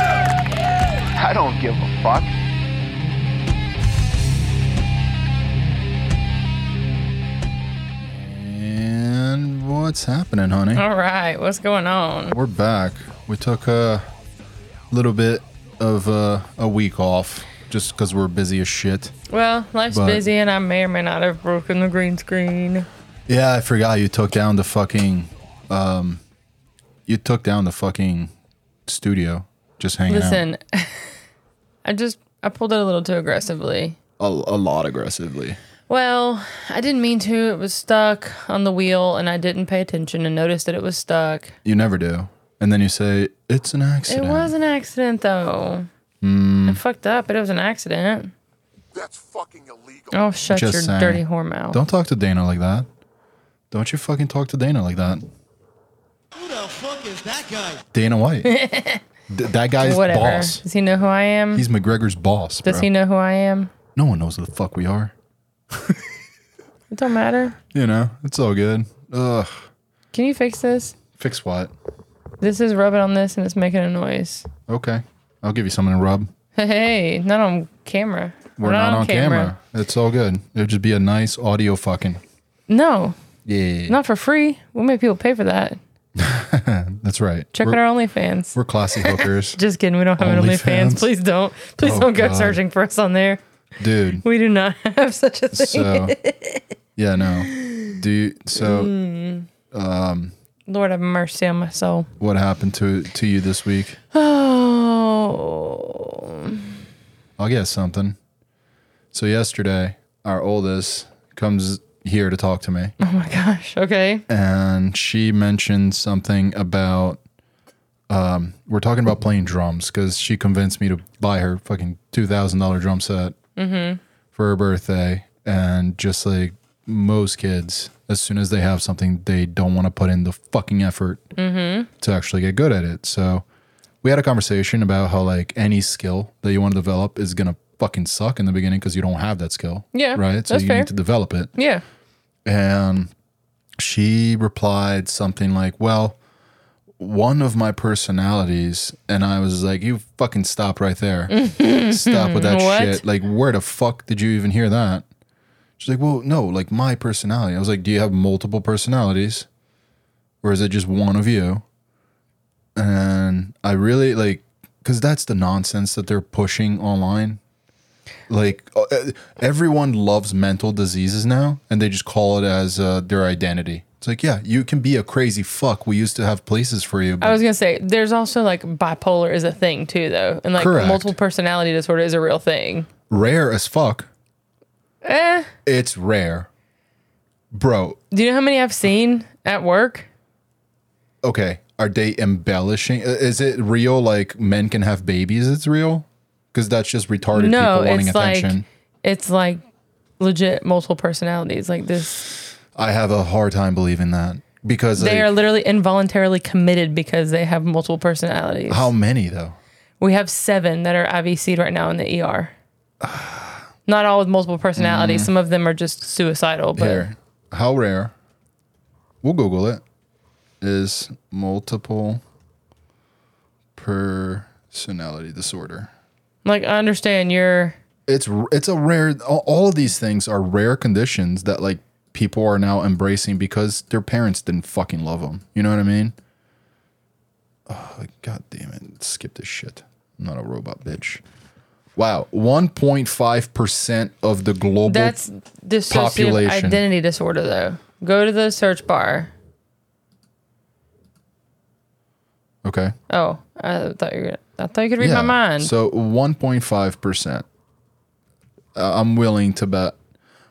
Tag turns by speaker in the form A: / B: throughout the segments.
A: I don't give a fuck.
B: And what's happening, honey?
C: All right, what's going on?
B: We're back. We took a little bit of uh, a week off just because we're busy as shit.
C: Well, life's
B: But-
C: busy, and I may or may not have broken the green screen.
B: Yeah, I forgot you took down the fucking, um, you took down the fucking studio. Just hanging out.
C: Listen, I just I pulled it a little too aggressively.
B: a, a lot aggressively.
C: Well, I didn't mean to. It was stuck on the wheel, and I didn't pay attention and noticed that it was stuck.
B: You never do, and then you say it's an
C: It
B: accident. Hmm.
C: was an accident, though. I fucked up, but it was an accident.
D: That's fucking illegal.
C: Oh, shut
B: Just
C: your
B: saying.
C: dirty whore mouth.
B: Oh. Don't talk to Dana like that. Don't you fucking talk to Dana like that.
E: Who the fuck is that guy?
B: Dana White. Th- that guy's
C: Whatever.
B: boss.
C: Does he know who I am?
B: He's McGregor's boss.
C: Does
B: bro.
C: he know who I am?
B: No one knows who the fuck we are.
C: It don't matter.
B: You know, it's all good. Ugh.
C: Can you fix this?
B: Fix what?
C: This is rubbing on this, and it's making a noise.
B: Okay. I'll give you something to rub.
C: Hey, not on camera.
B: We're not, on camera. It's all good. It'll just be a nice audio fucking.
C: No,
B: Yeah.
C: not for free. We'll make people pay for that.
B: That's right.
C: Check
B: we're,
C: out our OnlyFans.
B: we're classy hookers.
C: Just kidding. We don't have an
B: OnlyFans.
C: OnlyFans. Please don't. Please
B: Oh,
C: don't go
B: God.
C: searching for us on there.
B: Dude.
C: We do not have such a thing.
B: So yeah, no. Do you
C: Mm.
B: so
C: Lord have mercy on my soul.
B: what happened to to you this week?
C: Oh,
B: I'll guess something. So yesterday, our oldest comes here to talk to me.
C: oh my gosh. Okay.
B: and she mentioned something about um, we're talking about playing drums because she convinced me to buy her fucking two thousand dollar drum set
C: Mm-hmm.
B: for her birthday, and just like most kids, as soon as they have something, they don't want to put in the fucking effort
C: Mm-hmm.
B: to actually get good at it. So we had a conversation about how like any skill that you want to develop is gonna fucking suck in the beginning because you don't have that skill.
C: Yeah,
B: Right. So
C: that's
B: you
C: fair.
B: need to develop it
C: Yeah.
B: and she replied something like, "Well, one of my personalities," and I was like, "You fucking stop right there! stop with that
C: What?
B: shit! Like, where the fuck did you even hear that?" She's like, "Well, no, like my personality." I was like, "Do you have multiple personalities, or is it just one of you?" And I really like, because that's the nonsense that they're pushing online like uh, everyone loves mental diseases now and they just call it as uh, their identity it's like yeah you can be a crazy fuck we used to have places for you but
C: I was gonna say there's also like bipolar is a thing too though, and like
B: Correct.
C: multiple personality disorder is a real thing.
B: rare as fuck
C: Eh.
B: it's rare bro
C: Do you know how many I've seen at work?
B: okay are they embellishing I- is it real like men can have babies it's real because that's just retarded
C: No,
B: people wanting
C: it's like
B: attention
C: it's like legit multiple personalities. Like this,
B: i have a hard time believing that because
C: they
B: like,
C: are literally involuntarily committed because they have multiple personalities.
B: how many though
C: We have seven that are IVC'd right now in the ER. Not all with multiple personalities. Some of them are just suicidal. But
B: Mm. Here, how rare? We'll Google it. Is multiple personality disorder?
C: like, I understand you're.
B: It's r- it's a rare. All all of these things are rare conditions that like people are now embracing because their parents didn't fucking love them. You know what I mean? Oh, God damn it! Skip this shit. I'm not a robot, bitch. Wow, 1.5 percent of the global.
C: That's dissociative
B: population.
C: identity disorder, though. Go to the search bar.
B: okay.
C: Oh, I thought you were gonna, I thought you could read
B: Yeah.
C: my mind.
B: So 1.5%. Uh, I'm willing to bet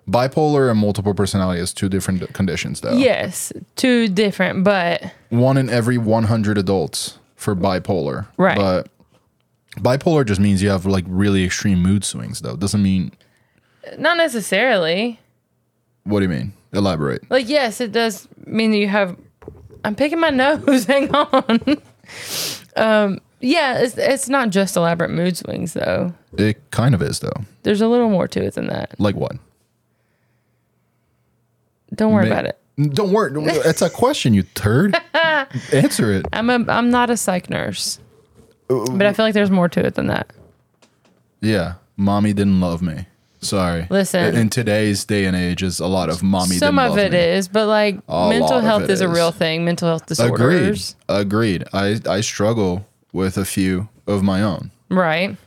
B: bipolar and multiple personality is two different d- conditions though.
C: yes, two different, but
B: One in every 100 adults for bipolar.
C: Right.
B: But bipolar just means you have like really extreme mood swings though. Doesn't mean
C: not necessarily.
B: what do you mean? Elaborate.
C: Like, yes, it does mean that you have. I'm picking my nose. Hang on. um, Yeah, it's, it's not just elaborate mood swings, though.
B: It kind of is though.
C: There's a little more to it than that.
B: Like what?
C: Don't worry
B: Ma-
C: about it.
B: Don't worry. don't worry. That's a question, you turd. Answer it.
C: I'm a, I'm not a psych nurse,
B: Uh,
C: but I feel like there's more to it than that.
B: Yeah, mommy didn't love me. Sorry.
C: Listen.
B: In today's day and age, is a lot of mommy.
C: Some
B: didn't
C: of
B: love
C: it is,
B: me.
C: but like
B: A lot
C: mental
B: of
C: health
B: it
C: is a
B: is.
C: real thing. Mental health
B: Agreed.
C: disorders,
B: Agreed. I I struggle with a few of my own,
C: right?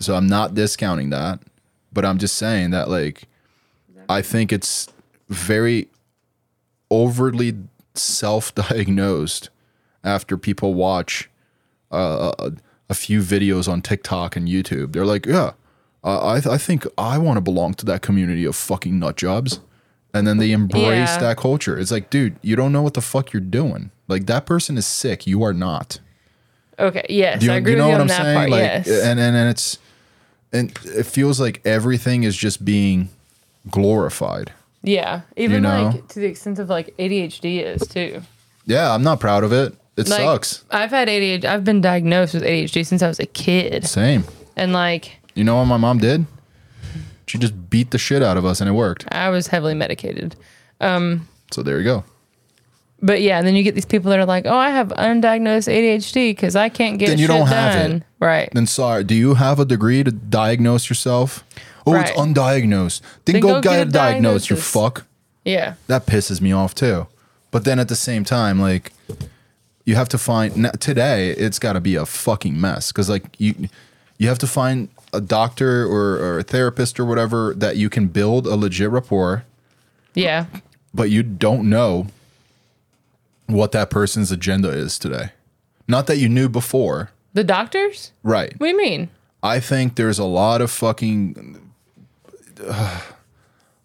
B: so I'm not discounting that, but I'm just saying that like, I think it's very overly self-diagnosed after people watch uh, a few videos on TikTok and YouTube. They're like, yeah, I I, th- I think I want to belong to that community of fucking nut jobs. And then they embrace
C: Yeah.
B: that culture. It's like, dude, you don't know what the fuck you're doing. Like that person is sick. You are not.
C: Okay. Yes,
B: Do you, do
C: I agree
B: you know
C: with you
B: what
C: on
B: I'm
C: that
B: saying?
C: part.
B: like, eh,
C: yes.
B: and, and and it's and it feels like everything is just being glorified.
C: yeah. Even
B: know?
C: like to the extent of like ADHD is too.
B: Yeah, I'm not proud of it. It
C: Like,
B: sucks.
C: I've had ADHD. I've been diagnosed with ADHD since I was a kid,
B: Same.
C: and like
B: You know what my mom did? She just beat the shit out of us, and it worked.
C: I was heavily medicated.
B: So there you go.
C: But yeah, and then you get these people that are like, "Oh, I have undiagnosed ADHD because I can't get
B: Then you
C: shit
B: don't have it.
C: done." Right?
B: Then sorry, do you have a degree to diagnose yourself? Oh,
C: Right.
B: it's undiagnosed. Then,
C: Then
B: go,
C: go
B: get,
C: get
B: it
C: a
B: diagnosed, you
C: diagnosis.
B: fuck.
C: yeah.
B: That pisses me off too. But then at the same time, like you have to find n- today it's got to be a fucking mess cuz like you you have to find a doctor or, or a therapist or whatever that you can build a legit rapport,
C: Yeah.
B: but you don't know what that person's agenda is today. Not that you knew before.
C: The doctors?
B: Right.
C: What do you mean?
B: I think there's a lot of fucking, a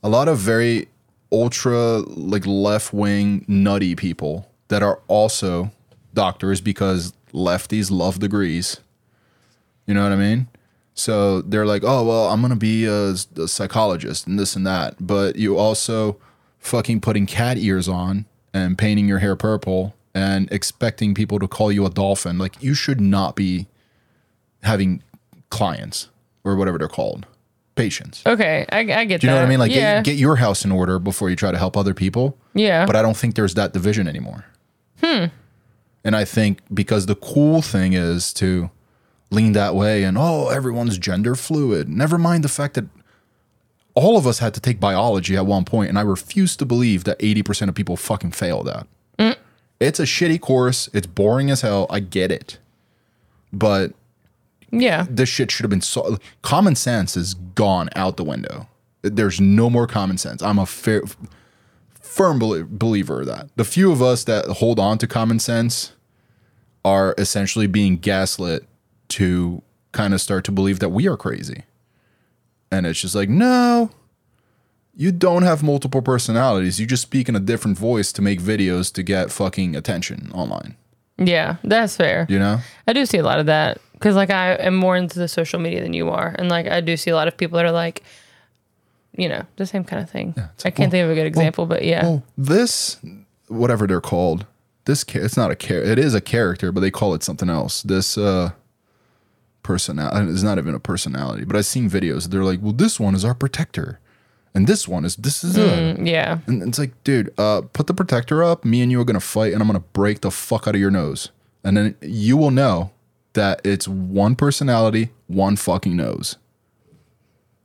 B: lot of very ultra like left wing nutty people that are also doctors because lefties love degrees. You know what I mean? So they're like, oh well, I'm gonna be a, a psychologist and this and that, but you also fucking putting cat ears on and painting your hair purple and expecting people to call you a dolphin. Like you should not be having clients or whatever they're called, patients.
C: Okay, I, I get that.
B: Do you know what I mean? Like,
C: yeah, Uh-huh.
B: get, get your house in order before you try to help other people.
C: yeah,
B: But I don't think there's that division anymore. Hmm. And I think because the cool thing is to lean that way and, oh, everyone's gender fluid. Never mind the fact that all of us had to take biology at one point, and I refuse to believe that 80% of people fucking fail that.
C: Mm.
B: It's a shitty course. It's boring as hell. I get it. But
C: yeah.
B: this shit should have been so common sense is gone out the window there's no more common sense i'm a fair, firm belie- believer of that the few of us that hold on to common sense are essentially being gaslit to kind of start to believe that we are crazy and it's just like no you don't have multiple personalities you just speak in a different voice to make videos to get fucking attention online
C: Yeah, that's fair.
B: you know
C: I do see a lot of that because, like, I am more into the social media than you are, and like, I do see a lot of people that are like, you know, the same kind of thing.
B: it's
C: I
B: like,
C: can't
B: well,
C: think of a good example, but yeah,
B: Oh, this whatever they're called. This cha- it's not a char- it is a character, but they call it something else. This uh personality it's not even a personality, but I've seen videos. They're like, well, this one is our protector, and this one is this is
C: Mm.
B: a.
C: yeah,
B: And it's like, dude, uh, put the protector up. Me and you are gonna fight, and I'm gonna break the fuck out of your nose, and then you will know that it's one personality, one fucking nose,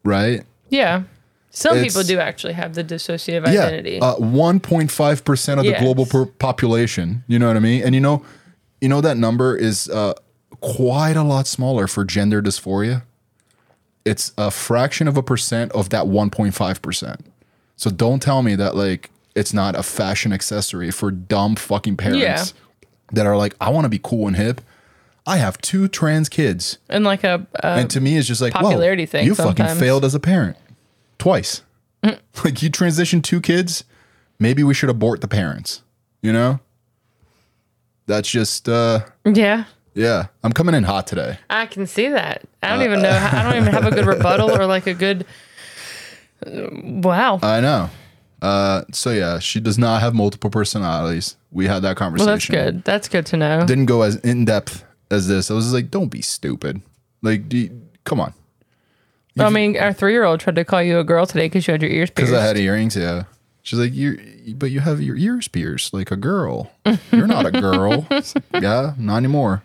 B: right?
C: yeah. Some
B: It's-
C: people do actually have the dissociative identity.
B: Yeah, uh, 1.5 percent of
C: Yes.
B: the global per- population. You know what I mean? And you know, you know that number is uh, quite a lot smaller for gender dysphoria. It's a fraction of a percent of that 1.5 percent. So don't tell me that like it's not a fashion accessory for dumb fucking parents that are like, I want to be cool and hip. I have two trans kids,
C: and like a, a
B: and to me, it's just like,
C: popularity
B: whoa,
C: thing
B: You fucking
C: sometimes.
B: failed as a parent twice. like you transitioned two kids. Maybe we should abort the parents. You know, that's just uh,
C: yeah.
B: yeah. I'm coming in hot today.
C: I can see that. I
B: Uh,
C: don't even know. How, I don't even have a good rebuttal or like a good. uh, Wow.
B: I know. Uh, so yeah, she does not have multiple personalities. We had that conversation.
C: well, that's good. That's good to know.
B: Didn't go as in depth as this. I was just like, don't be stupid. Like, do you- come on.
C: I mean, our three year old tried to call you a girl today because you had your ears pierced.
B: Because I had earrings, yeah. She's like, you, but you have your ears pierced like a girl. You're not a girl. It's like, yeah, not anymore.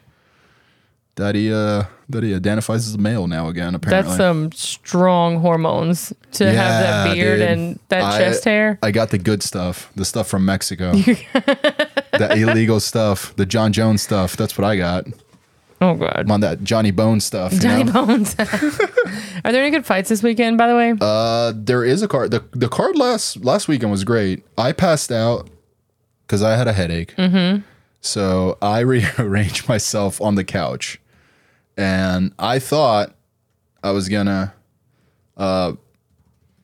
B: Daddy, uh, daddy identifies as a male now again. Apparently,
C: That's some strong hormones to have
B: Yeah,
C: that beard
B: dude.
C: and that
B: I-
C: chest hair.
B: I got the good stuff, the stuff from Mexico, the illegal stuff, the John Jones stuff. That's what I got. I'm
C: Oh god.
B: on that Johnny Bone stuff. you
C: Johnny
B: know?
C: Bones. Are there any good fights this weekend, by the way?
B: Uh, there is a card. The the card last last weekend was great. I passed out because I had a headache. Mm-hmm. So I rearranged myself on the couch, and I thought I was gonna, uh,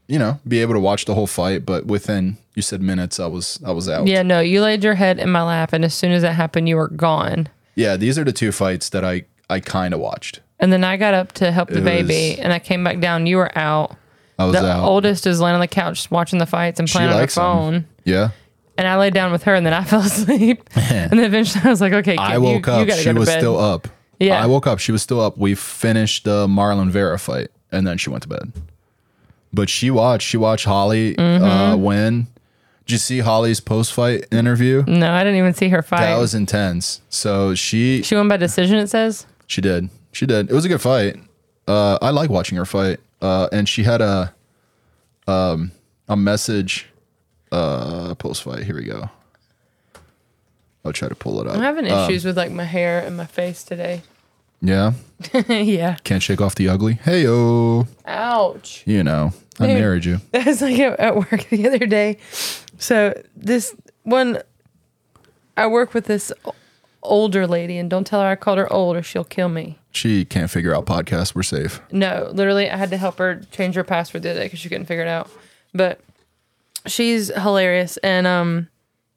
B: you know, be able to watch the whole fight. But within you said minutes, I was I was out.
C: yeah, no, you laid your head in my lap, and as soon as that happened, you were gone.
B: Yeah, These are the two fights that I I kind of watched.
C: And then I got up to help the
B: It
C: baby,
B: was-
C: and I came back down. You were out.
B: I was
C: The
B: out.
C: oldest is laying on the couch watching the fights and
B: She
C: playing on her
B: likes 'em.
C: phone.
B: yeah.
C: And I laid down with her, and then I fell asleep. and then eventually, I was like, "Okay,
B: I
C: kid,
B: woke
C: you, You
B: up.
C: gotta
B: She
C: go to
B: was
C: bed.
B: still up.
C: Yeah.
B: I woke up. She was still up. We finished the Marlon Vera fight, and then she went to bed. But she watched. She watched Holly
C: Mm-hmm.
B: uh, win. Did you see Holly's post fight interview?
C: No, I didn't even see her fight.
B: That was intense. So she
C: she won by decision. It says.
B: she did. She did. It was a good fight. Uh, I like watching her fight. Uh, and she had a um a message uh post fight. Here we go. I'll try to pull it
C: I'm
B: up.
C: having issues with like my hair and my face today.
B: Yeah.
C: yeah.
B: Can't shake off the ugly. Hey oh.
C: Ouch.
B: you know, I
C: Dude.
B: married you.
C: I was like at, at work the other day. So this one, I work with this o- older lady, and don't tell her I called her old, or she'll kill me.
B: She can't figure out podcasts. We're safe.
C: No, literally, I had to help her change her password the other day because she couldn't figure it out. But she's hilarious, and um,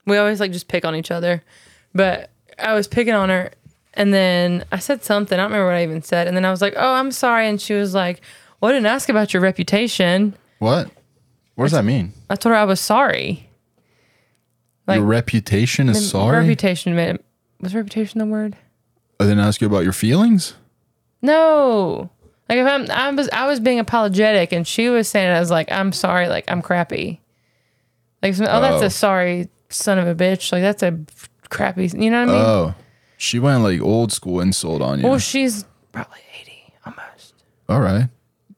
C: we always like just pick on each other. But I was picking on her, and then I said something. I don't remember what I even said. And then I was like, "Oh, I'm sorry," and she was like, "Well, I didn't ask about your reputation."
B: What? What does that mean?
C: I told her I was sorry.
B: your
C: like-
B: reputation is sorry.
C: Reputation man. was reputation the word?
B: I didn't ask you about your feelings.
C: No. Like if I'm I was I was being apologetic and she was saying I was like, I'm sorry, like I'm crappy. Like some- oh that's
B: Oh.
C: a sorry son of a bitch. Like that's a crappy you know what I mean?
B: Oh, she went like old school insult on you.
C: well she's probably eighty almost.
B: All right.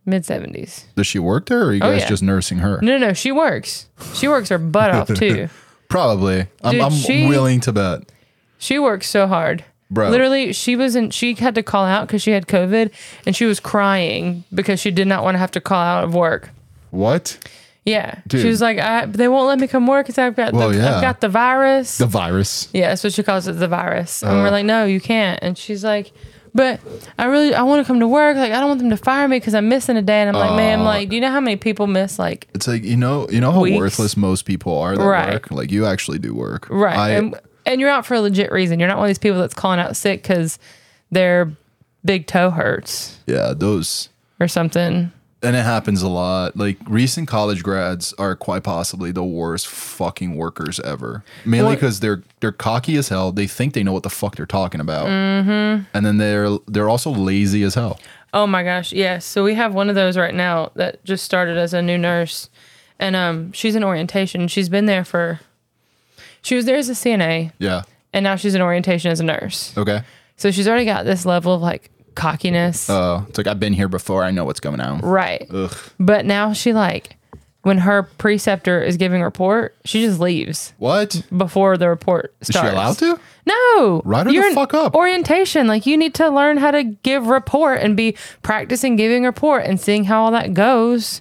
C: Mid seventies.
B: Does she work there, or are you guys
C: Oh, yeah.
B: just nursing her?
C: No, no, no, she works. She works her butt off too.
B: Probably. I'm,
C: Dude,
B: I'm
C: she-
B: willing to bet.
C: She works so hard.
B: Bro.
C: Literally, she was in. She had to call out because she had COVID, and she was crying because she did not want to have to call out of work.
B: What?
C: Yeah,
B: Dude.
C: she was like, I, "They won't let me come work because I've got
B: Well,
C: the,
B: yeah.
C: I've got the virus."
B: The Oh. virus.
C: yeah, that's what she calls it, the virus. And we're like, "No, you can't." And she's like, "But I really, I want to come to work. Like, I don't want them to fire me because I'm missing a day." And I'm like, "Man, like, do you know how many people miss like
B: It's like you know, you know how
C: Weeks.
B: worthless most people are that
C: Right.
B: work. Like you actually do work.
C: right?"
B: I,
C: and and you're out for a legit reason. You're not one of these people that's calling out sick because their big toe hurts
B: yeah. Those.
C: or something.
B: and it happens a lot. Like recent college grads are quite possibly the worst fucking workers ever. Mainly
C: What-
B: because they're they're cocky as hell. They think they know what the fuck they're talking about,
C: Mm-hmm.
B: and then they're they're also lazy as hell.
C: Oh my gosh, yes. So we have one of those right now that just started as a new nurse, and um, she's in orientation. She's been there for, she was there as a CNA,
B: Yeah.
C: and now she's in orientation as a nurse.
B: Okay.
C: So she's already got this level of like cockiness,
B: Uh, it's like I've been here before. I know what's going on.
C: right?
B: Ugh.
C: But now she like, when her preceptor is giving report, she just leaves
B: What is
C: before the report
B: she
C: starts.
B: allowed to?
C: No.
B: Write her the
C: You're in
B: fuck up.
C: Orientation. Like you need to learn how to give report and be practicing giving report and seeing how all that goes.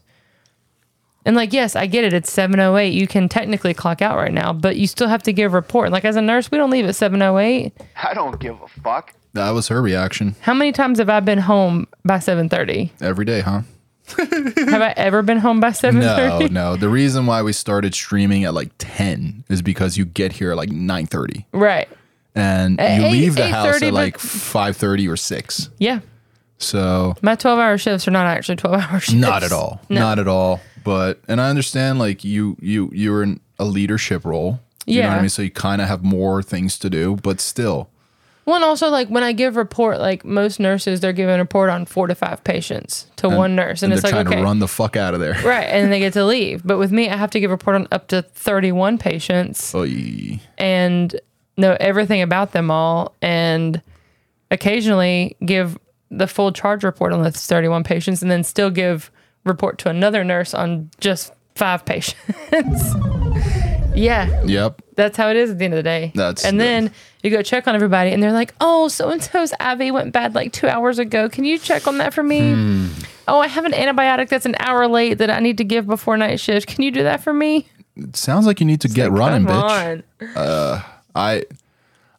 C: And like, yes, I get it. It's 708. You can technically clock out right now, but you still have to give report. Like as a nurse, we don't leave at 708.
A: I don't give a fuck.
B: That was her reaction
C: How many times have I been home by 730?
B: every day, huh?
C: have I ever been home by 730?
B: No, no. The reason why we started streaming at like ten is because you get here at like nine thirty,
C: Right.
B: and you
C: Eight-
B: leave the house
C: 8:30,
B: at
C: but-
B: like five thirty or six.
C: Yeah.
B: So
C: My 12 hour shifts are not actually 12 hour shifts.
B: not at all, not at all. But and I understand like you you you're in a leadership role. You know what
C: Yeah.
B: I mean? So you kind of have more things to do, but still,
C: Well, and also like when I give report, like most nurses, they're giving a report on four to five patients to one nurse, and,
B: they're
C: it's like
B: trying
C: okay,
B: to run the fuck out of there.
C: right, and they get to leave. But with me, I have to give a report on up to thirty-one patients
B: Oy.
C: and know everything about them all, and occasionally give the full charge report on those thirty-one patients, and then still give report to another nurse on just five patients. yeah,
B: Yep.
C: that's how it is at the end of the day.
B: That's-
C: and then you go check on everybody, and they're like, "Oh, so and so's IV went bad like two hours ago. Can you check on that for me?
B: Hmm.
C: Oh, I have an antibiotic that's an hour late that I need to give before night shift. Can you do that for me?
B: It sounds like you need to get running,
C: Come
B: bitch.
C: on,
B: I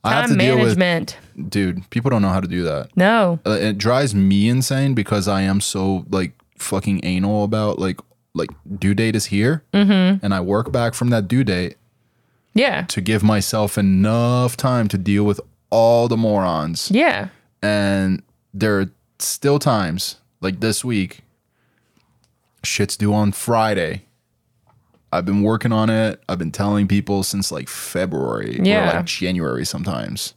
B: I have to
C: time management.
B: deal with dude. People don't know how to do that.
C: no,
B: Uh, it drives me insane because I am so like fucking anal about like like due date is here, mm-hmm. and I work back from that due date
C: yeah,
B: to give myself enough time to deal with all the morons.
C: yeah,
B: And there are still times like this week, shit's due on Friday. I've been working on it. I've been telling people since like February or
C: Yeah.
B: like January sometimes.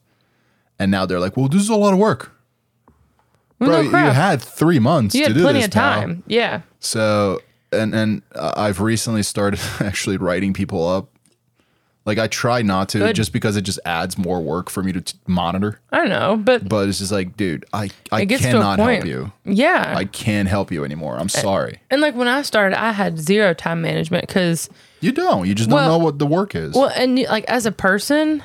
B: And now they're like, well, this is a lot of work.
C: Well,
B: Bro,
C: no
B: you
C: crap.
B: had three months
C: you
B: to
C: had
B: do
C: plenty
B: this,
C: of
B: pal.
C: time. Yeah,
B: So, and and uh, I've recently started actually writing people up. Like I try not to,
C: Good.
B: just because it just adds more work for me to t- monitor.
C: I don't know, but,
B: But it's just like, dude, I I
C: it gets to a
B: cannot
C: point. Eh.
B: help you.
C: Yeah,
B: I can't help you anymore. I'm sorry.
C: and like when I started, I had zero time management because.
B: You don't. You just don't
C: Well-
B: know what the work is.
C: Well, and like as a person,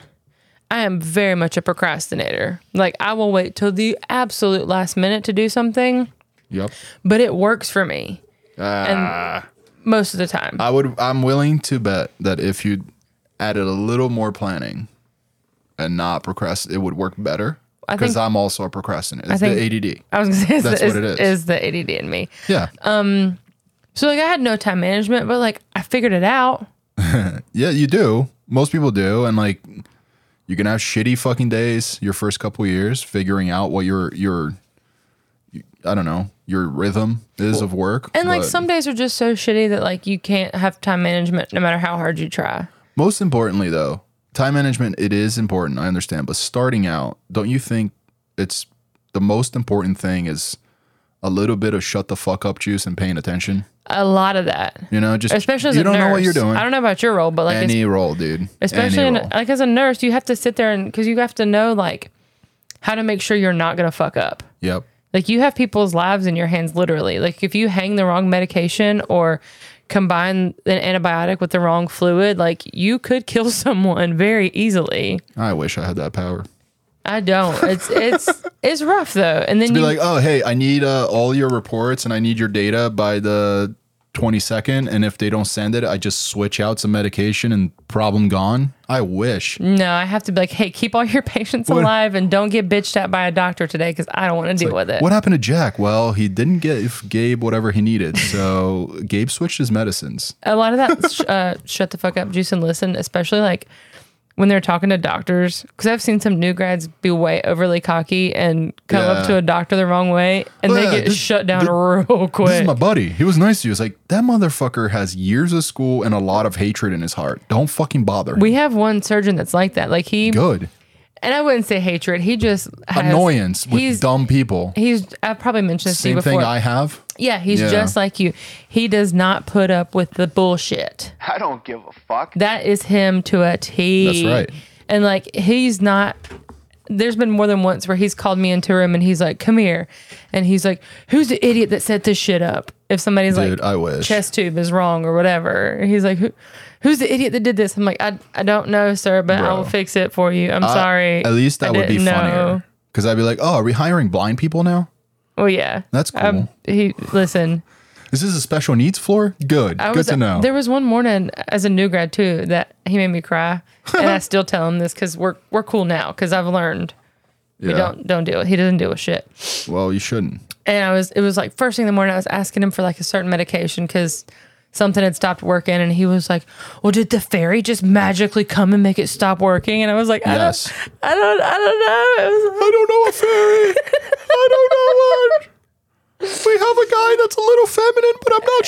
C: I am very much a procrastinator. Like I will wait till the absolute last minute to do something,
B: yep.
C: but it works for me.
B: Ah.
C: and most of the time.
B: I would. I'm willing to bet that if you added a little more planning and not procrast, it would work better.
C: I
B: Because
C: think-
B: I'm also a procrastinator. It's
C: think-
B: the ADD.
C: I was gonna say is,
B: That's
C: is,
B: what it is.
C: is the ADD in me.
B: Yeah.
C: So like I had no time management, but like I figured it out.
B: Yeah, you do. Most people do, and like you can have shitty fucking days your first couple years figuring out what your your I don't know your rhythm is of work.
C: And like
B: but
C: some days are just so shitty that like you can't have time management no matter how hard you try.
B: most importantly though, time management it is important. I understand, but starting out, don't you think it's the most important thing is a little bit of shut the fuck up juice and paying attention.
C: A lot of that.
B: You know, just
C: Especially as
B: you
C: a
B: don't know what
C: nurse.
B: you're doing.
C: I don't know about your role, but like it's
B: Any role, dude.
C: especially
B: Any
C: in,
B: role.
C: like as a nurse you have to sit there and because you have to know like how to make sure you're not gonna fuck up
B: yep.
C: like you have people's lives in your hands literally like if you hang the wrong medication or combine an antibiotic with the wrong fluid like you could kill someone very easily
B: I wish I had that power.
C: i don't it's it's it's rough though and then
B: be
C: you
B: like, oh, hey, I need uh, all your reports and I need your data by the 22nd. And if they don't send it, I just switch out some medication and problem gone. I wish.
C: no i have to be like hey keep all your patients
B: What-
C: alive and don't get bitched at by a doctor today because i don't want to deal with it
B: What happened to Jack? Well, he didn't give Gabe whatever he needed. So Gabe switched his medicines.
C: a lot of that sh- uh, shut the fuck up juice and listen especially like when they're talking to doctors because i've seen some new grads be way overly cocky and come
B: Yeah.
C: up to a doctor the wrong way and
B: Yeah,
C: they get
B: this-
C: shut down
B: thi-
C: real
B: This
C: quick
B: is my buddy. He was nice to you. It's like, that motherfucker has years of school and a lot of hatred in his heart. Don't fucking bother.
C: we have one surgeon that's like that like he
B: Good.
C: and i wouldn't say hatred he just has,
B: Annoyance with
C: he's
B: dumb people.
C: he's i've probably mentioned this to you
B: Same
C: before
B: thing I have.
C: yeah he's
B: Yeah.
C: just like you he does not put up with the bullshit
A: I don't give a fuck.
C: That is him to a T.
B: That's right.
C: And like he's not. There's been more than once where he's called me into a room and he's like, "Come here," and he's like, "Who's the idiot that set this shit up?" If somebody's
B: Dude,
C: like,
B: I wish.
C: chest tube is wrong or whatever," he's like, Who, "Who's the idiot that did this?" I'm like, "I, I don't know, sir, but I
B: Bro.
C: will fix it for you. I'm sorry."
B: At least that
C: I
B: would be
C: didn't know."
B: funnier. Because I'd be like, oh, are we hiring blind people now?
C: Well, yeah,
B: That's cool.
C: Um, he listen.
B: Is this a special needs floor? Good.
C: I
B: Good
C: was,
B: to know.
C: There was one morning as a new grad too that he made me cry, and I still tell him this because we're we're cool now because I've learned
B: yeah.
C: We don't don't deal with he doesn't deal with shit.
B: Well, you shouldn't.
C: And I was it was like first thing in the morning I was asking him for like a certain medication because something had stopped working and he was like, Well, did the fairy just magically come and make it stop working? And I was like, I
B: Yes.
C: don't I don't I don't know. It was
B: I don't know a fairy. I don't know one. We have a guy that's a little feminine, but I'm not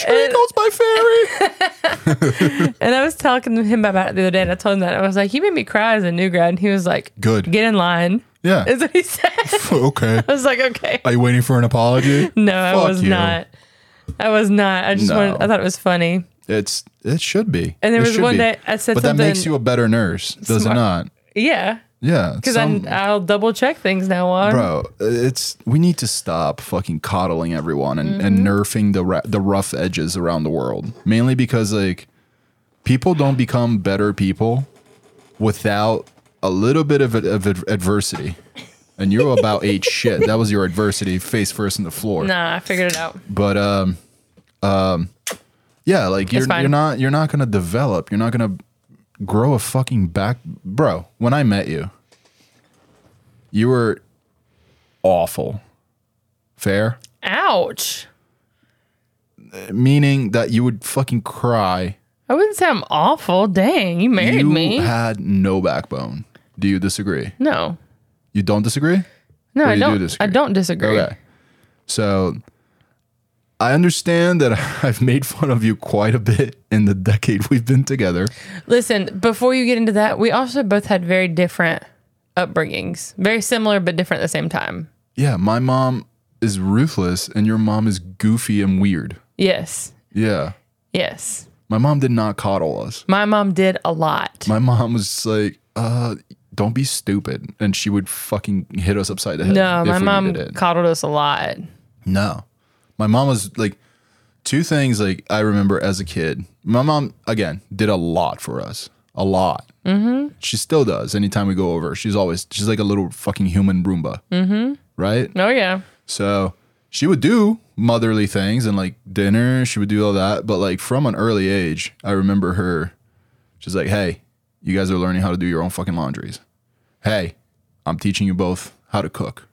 B: sure he goes by fairy.
C: and I was talking to him about it the other day and I told him that I was like, You made me cry as a new grad and he was like
B: Good.
C: Get in line.
B: Yeah.
C: Is what he said.
B: okay.
C: I was like, okay.
B: Are you waiting for an apology?
C: No, I
B: Fuck
C: was
B: you.
C: not. I was not. I just
B: No.
C: wanted. I thought it was funny.
B: It's it should be.
C: And there
B: It
C: was
B: should
C: one
B: be.
C: day I said
B: but that makes
C: something-
B: you a better nurse, does it
C: Smart.
B: not?
C: Yeah,
B: Yeah.
C: because
B: some-
C: I'll double check things now on.
B: bro, it's we need to stop fucking coddling everyone and, and nerfing the ra- the rough edges around the world. Mainly because like people don't become better people without a little bit of, of ad- adversity. And you're about eight shit. That was your adversity, face first in the floor.
C: Nah, I figured it out.
B: but um um yeah like you're,
C: fine.
B: you're not you're not gonna develop you're not gonna grow a fucking back bro when i met you you were awful fair
C: Ouch.
B: meaning that you would fucking cry
C: I wouldn't say I'm awful. Dang, you married
B: you
C: me.
B: had no backbone do you disagree
C: no,
B: you don't disagree
C: no, I
B: you do
C: don't. I
B: disagree.
C: don't disagree.
B: Okay. So I understand that I've made fun of you quite a bit in the decade we've been together.
C: Listen, before you get into that, we also both had very different upbringings. Very similar, but different at the same time.
B: Yeah, my mom is ruthless and your mom is goofy and weird.
C: Yes,
B: Yeah.
C: yes.
B: My mom did not coddle us.
C: My mom did a lot.
B: My mom was just like, uh, don't be stupid. And she would fucking hit us upside the head.
C: no,
B: if
C: my
B: we
C: mom
B: needed it.
C: coddled us a lot.
B: No. My mom was like two things like I remember as a kid. My mom again did a lot for us. A lot. Mm-hmm. She still does. Anytime we go over, she's always she's like a little fucking human Roomba. Mm-hmm. Right.
C: Oh yeah.
B: So she would do motherly things and like dinner. She would do all that. But like from an early age, I remember her. She's like, hey, you guys are learning how to do your own fucking laundries. Hey, I'm teaching you both how to cook.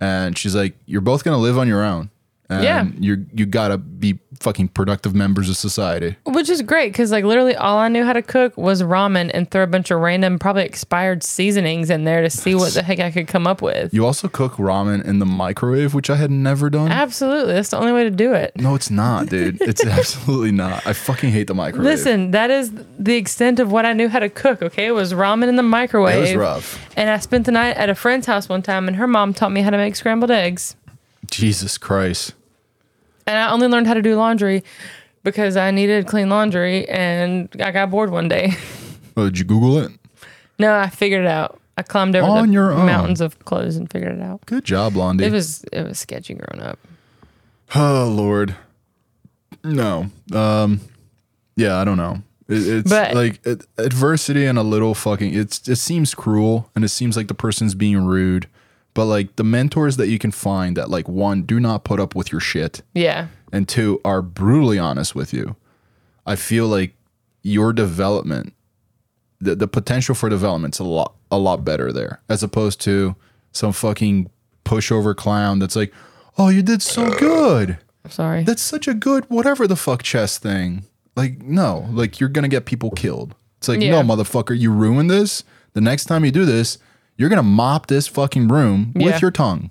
B: And she's like, you're both going to live on your own. And
C: Yeah.
B: You're, you got to be fucking productive members of society.
C: Which is great because, like, literally all I knew how to cook was ramen and throw a bunch of random, probably expired seasonings in there to see what the heck I could come up with.
B: You also cook ramen in the microwave, which I had never done.
C: Ah. Absolutely. That's the only way to do it.
B: no, it's not, dude. It's absolutely not. I fucking hate the microwave.
C: Listen, that is the extent of what I knew how to cook, okay? It was ramen in the
B: it
C: microwave.
B: was rough.
C: And I spent the night at a friend's house one time, and her mom taught me how to make scrambled eggs.
B: Jesus Christ.
C: And I only learned how to do laundry because I needed clean laundry and I got bored one day.
B: Oh, did you Google it?
C: no, I figured it out. I climbed over
B: On
C: the
B: your own.
C: mountains of clothes and figured it out.
B: Good job, Blondie.
C: It was it was sketchy growing up.
B: oh Lord, no. Um, yeah, I don't know. It, it's
C: But-
B: like it, adversity and a little fucking. It's it seems cruel and it seems like the person's being rude, but like the mentors that you can find that like one do not put up with your shit
C: Yeah.
B: and two are brutally honest with you. I feel like your development, the the potential for development's a lot a lot better there as opposed to some fucking pushover clown that's like, oh, you did so good.
C: I'm sorry.
B: That's such a good whatever the fuck chess thing. Like no, like you're gonna get people killed. It's like no,
C: Yeah.
B: motherfucker, you ruined this. The next time you do this, you're gonna mop this fucking room
C: Yeah.
B: with your tongue,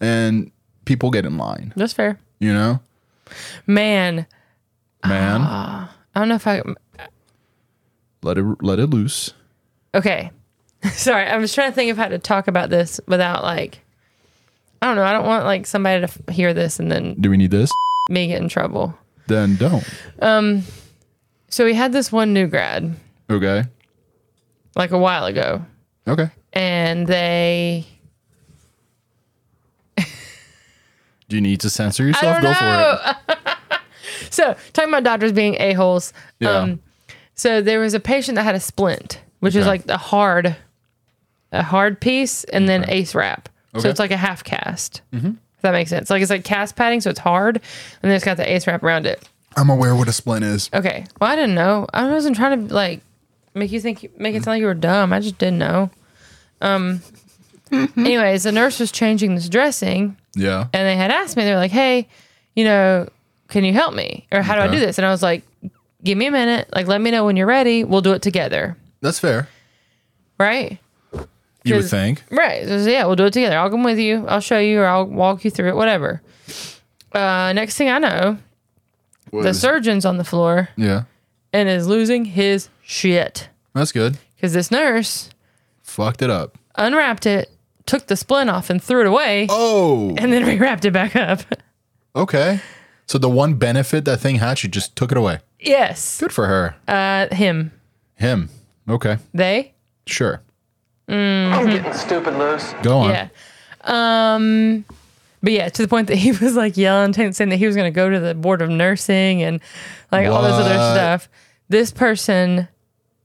B: and people get in line.
C: That's fair.
B: You know,
C: Man,
B: man.
C: Ah. I don't know if I
B: let it let it loose.
C: okay. Sorry, I was trying to think of how to talk about this without like I don't know. I don't want like somebody to f- hear this and then
B: Do we need this?
C: me get in trouble.
B: Then don't.
C: So we had this one new grad
B: Okay.
C: like a while ago,
B: Okay.
C: and they
B: Do you need to censor
C: I
B: yourself?
C: don't know. so talking about doctors being a holes.
B: Yeah.
C: So there was a patient that had a splint, which is
B: Okay.
C: like a hard, a hard piece, and then ace wrap. So
B: Okay. Mm-hmm.
C: it's like a half cast. If that makes sense. Like it's like cast padding, so it's hard, and then it's got the ace wrap around it.
B: I'm aware what a splint is.
C: Okay. Well, I didn't know. I wasn't trying to like make you think, make it sound like you were dumb. I just didn't know. Um. anyways, the nurse was changing this dressing,
B: Yeah.
C: and they had asked me, they were like, hey, you know, can you help me? Or how do I
B: Okay.
C: do this? And I was like, give me a minute. Like, let me know when you're ready. We'll do it together.
B: That's fair.
C: Right?
B: You would
C: Because-
B: think.
C: Right. So, yeah, we'll do it together. I'll come with you. I'll show you or I'll walk you through it, whatever. Uh, next thing I know, the
B: Was-
C: surgeon's on the floor
B: yeah.
C: and is losing his shit.
B: That's good.
C: Because this nurse
B: Fucked it up.
C: unwrapped it, took the splint off and threw it away,
B: Oh,
C: and then rewrapped it back up.
B: okay. So the one benefit that thing had, she just took it away.
C: yes.
B: Good for her.
C: Uh, him.
B: Him. Okay.
C: They.
B: Sure.
A: I'm getting stupid loose.
B: Go on.
C: Yeah. Um, but yeah, to the point that he was like yelling, t- saying that he was going to go to the board of nursing and like all this other
B: What?
C: stuff. This person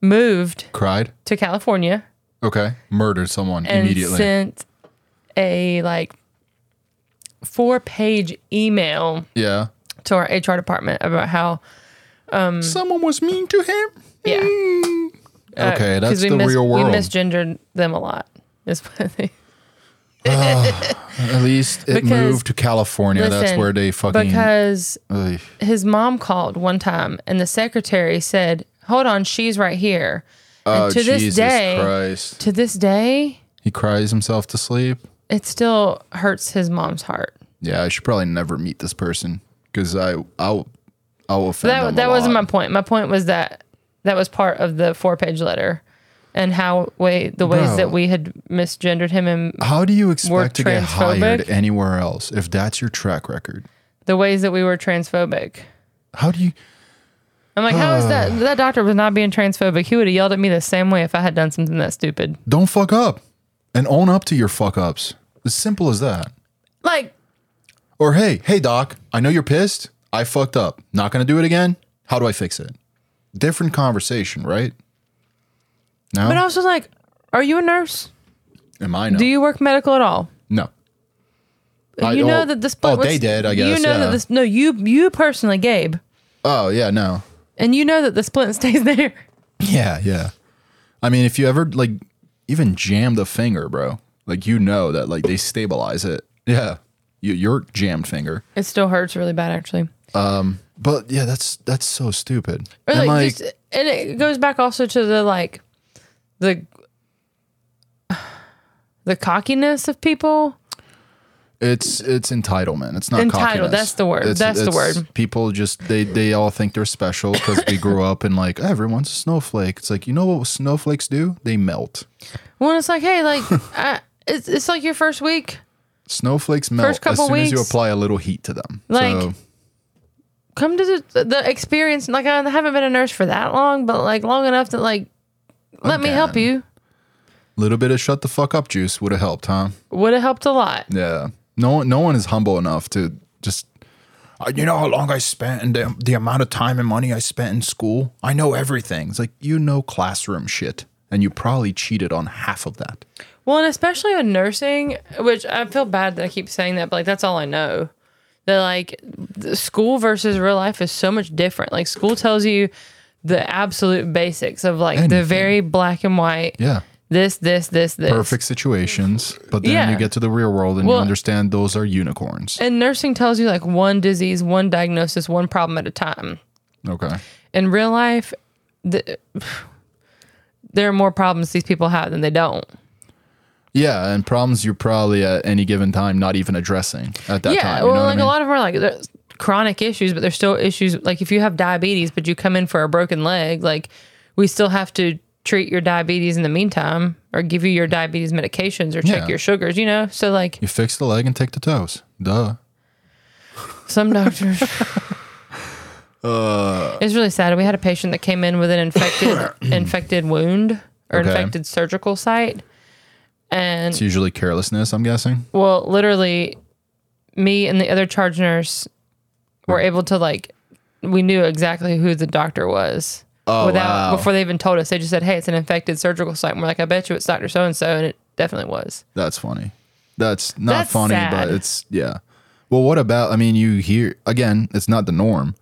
C: moved
B: Cried.
C: to California
B: Okay. Murdered someone
C: and
B: immediately.
C: sent a like four page email
B: yeah.
C: to our HR department about how Mm.
B: Someone was mean to him.
C: yeah
B: Okay, that's
C: Uh, we
B: the
C: mis-
B: real
C: we
B: world.
C: misgendered them a lot. Is what they
B: At least it
C: Because-
B: moved to California. that's
C: Listen,
B: where they fucking.
C: because
B: Ugh.
C: his mom called one time and the secretary said, "Hold on, she's right here."
B: oh,
C: and to
B: Jesus
C: this day,
B: Christ.
C: to this day,
B: He cries himself to sleep.
C: it still hurts his mom's heart.
B: Yeah, I should probably never meet this person because I I'll I'll offend them
C: That
B: a
C: that wasn't my
B: lot.
C: point. My point was that that was part of the four-page letter and how way the ways
B: Bro.
C: that we had misgendered him and
B: How do you expect to get hired
C: transphobic?
B: anywhere else if that's your track record?
C: the ways that we were transphobic.
B: How do you?
C: I'm like, how is that? That doctor was not being transphobic. He would have yelled at me the same way if I had done something that stupid.
B: don't fuck up and own up to your fuck ups. As simple as that.
C: Like,
B: Or hey, hey doc, I know you're pissed. I fucked up. Not gonna do it again. How do I fix it? Different conversation, right? No,
C: but also like, are you a nurse?
B: am I no?
C: Do you work medical at all?
B: no. I-
C: you know
B: oh,
C: that the split.
B: oh, they did, I
C: You
B: guess,
C: know
B: yeah.
C: that this. No, you you personally, Gabe,
B: Oh yeah, no.
C: and you know that the splint stays there.
B: Yeah, yeah. I mean, if you ever like even jammed a finger, bro, like you know that like they stabilize it. Yeah, you, your jammed finger.
C: It still hurts really bad, actually.
B: But yeah, that's that's so stupid.
C: Or
B: And,
C: like,
B: like,
C: just, and it goes back also to the like, the the cockiness of people.
B: It's it's entitlement. It's not cockiness.
C: Entitled, that's the word.
B: It's-
C: That's the
B: it's-
C: word.
B: People just they they all think they're special because we grew up and like everyone's a snowflake. It's like you know what snowflakes do? They melt.
C: When it's like, hey, like, I, it's it's like your first week.
B: Snowflakes melt as
C: couple
B: soon as you
C: weeks.
B: apply a little heat to them.
C: Like-
B: so
C: Come to the, the experience. Like I haven't been a nurse for that long, but like long enough that like, let me help
B: Again.
C: you.
B: a little bit of shut the fuck up juice would have helped, huh?
C: Would have helped a lot.
B: Yeah. No one no one is humble enough to just "Uh, you know how long I spent and the, the amount of time and money I spent in school. I know everything. It's like you know classroom shit, and you probably cheated on half of that.
C: Well, and especially with nursing, which I feel bad that I keep saying that, but like that's all I know. That like the school versus real life is so much different. Like school tells you the absolute basics of like the
B: Anything.
C: very black and white.
B: Yeah.
C: This, this, this, this.
B: perfect situations, but then
C: Yeah.
B: you get to the real world and
C: Well-
B: you understand those are unicorns.
C: And nursing tells you like one disease, one diagnosis, one problem at a time.
B: Okay.
C: In real life, the, there are more problems these people have than they don't.
B: Yeah, and problems you're probably at any given time not even addressing at that
C: yeah,
B: time. you
C: well,
B: know what
C: like
B: I mean?
C: a lot of them are like there's chronic issues, but there's still issues. Like if you have diabetes, but you come in for a broken leg, like we still have to treat your diabetes in the meantime, or give you your diabetes medications, or check
B: Yeah.
C: your sugars. You know, so like
B: you fix the leg and take the toes. Duh.
C: some doctors. it's really sad. We had a patient that came in with an infected infected wound or
B: Okay.
C: infected surgical site, and
B: It's usually carelessness, I'm guessing.
C: Well, literally, me and the other charge nurse were able to like, we knew exactly who the doctor was
B: Oh,
C: without
B: wow.
C: before they even told us. They just said, "Hey, it's an infected surgical site." And we're like, "I bet you it's Doctor So and So," and it definitely was.
B: That's funny. That's not
C: That's
B: funny,
C: sad.
B: but it's yeah. Well, what about? I mean, you hear again. It's not the norm,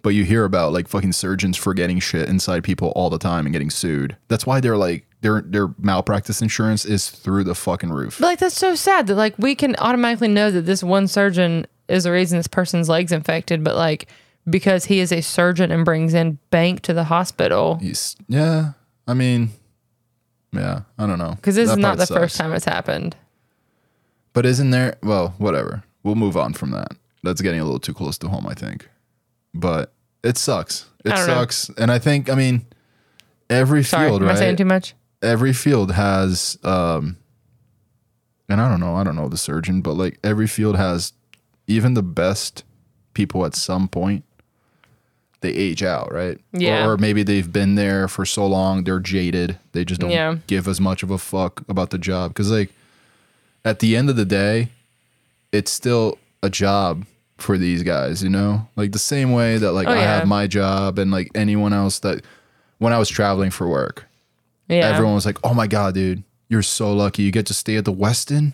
B: but you hear about like fucking surgeons forgetting shit inside people all the time and getting sued. That's why they're like their their malpractice insurance is through the fucking roof.
C: But like, that's so sad that like we can automatically know that this one surgeon is the reason this person's legs infected, but like because he is a surgeon and brings in bank to the hospital.
B: He's- yeah. I mean, yeah. I don't know
C: Because this
B: is
C: is not the first time it's happened.
B: But isn't there? Well, whatever. We'll move on from that. That's getting a little too close to home, I think. But it sucks. It
C: I don't know.
B: sucks, and I think I mean every
C: Sorry,
B: field,
C: am I
B: right?
C: saying too much?
B: every field has um, and I don't know, I don't know the surgeon, but like every field has even the best people at some point they age out, right?
C: Yeah.
B: Or, or maybe they've been there for so long, they're jaded. They just don't
C: Yeah.
B: give as much of a fuck about the job cuz like at the end of the day, it's still a job for these guys, you know? Like the same way that like
C: Oh,
B: I
C: yeah.
B: have my job and like anyone else that when I was traveling for work,
C: Yeah.
B: everyone was like, "Oh my god, dude, you're so lucky. You get to stay at the Westin." And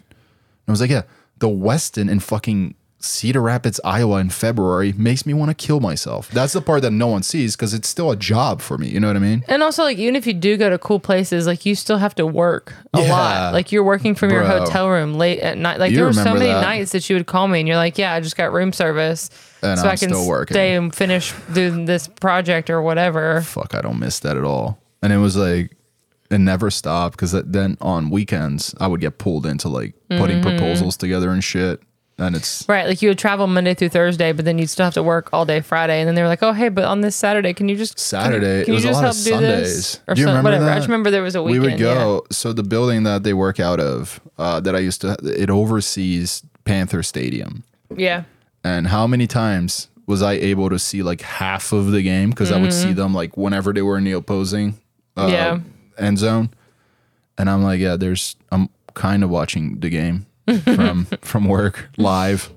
B: I was like, "Yeah, the Westin in fucking Cedar Rapids, Iowa, in February makes me want to kill myself." That's the part that no one sees because it's still a job for me. You know what I mean?
C: And also, like, even if you do go to cool places, like, you still have to work a
B: Yeah.
C: lot. Like, you're working from your
B: Bro.
C: hotel room late at night. Like,
B: You
C: there were so
B: remember
C: many
B: that.
C: nights that you would call me and you're like, yeah, I just got room service.
B: And
C: so
B: I'm
C: I can
B: still working.
C: stay and finish doing this project or whatever.
B: Fuck, I don't miss that at all. And it was like it never stopped because then on weekends I would get pulled into like putting proposals together and shit. And it's
C: Right. Like, you would travel Monday through Thursday, but then you'd still have to work all day Friday. And then they were like, oh, hey, but on this Saturday, can you just.
B: Saturday. it
C: Can you
B: was
C: just
B: a lot
C: help
B: of
C: do
B: Sundays.
C: this? Or some- whatever. I just remember there was a weekend.
B: we would
C: yeah.
B: go. So the building that they work out of, uh, that I used to, it oversees Panther Stadium.
C: Yeah.
B: And how many times was I able to see like half of the game? Because I would see them like whenever they were in the opposing uh,
C: Mm-hmm. Yeah.
B: end zone, and I'm like, yeah, there's, I'm kind of watching the game from from work live,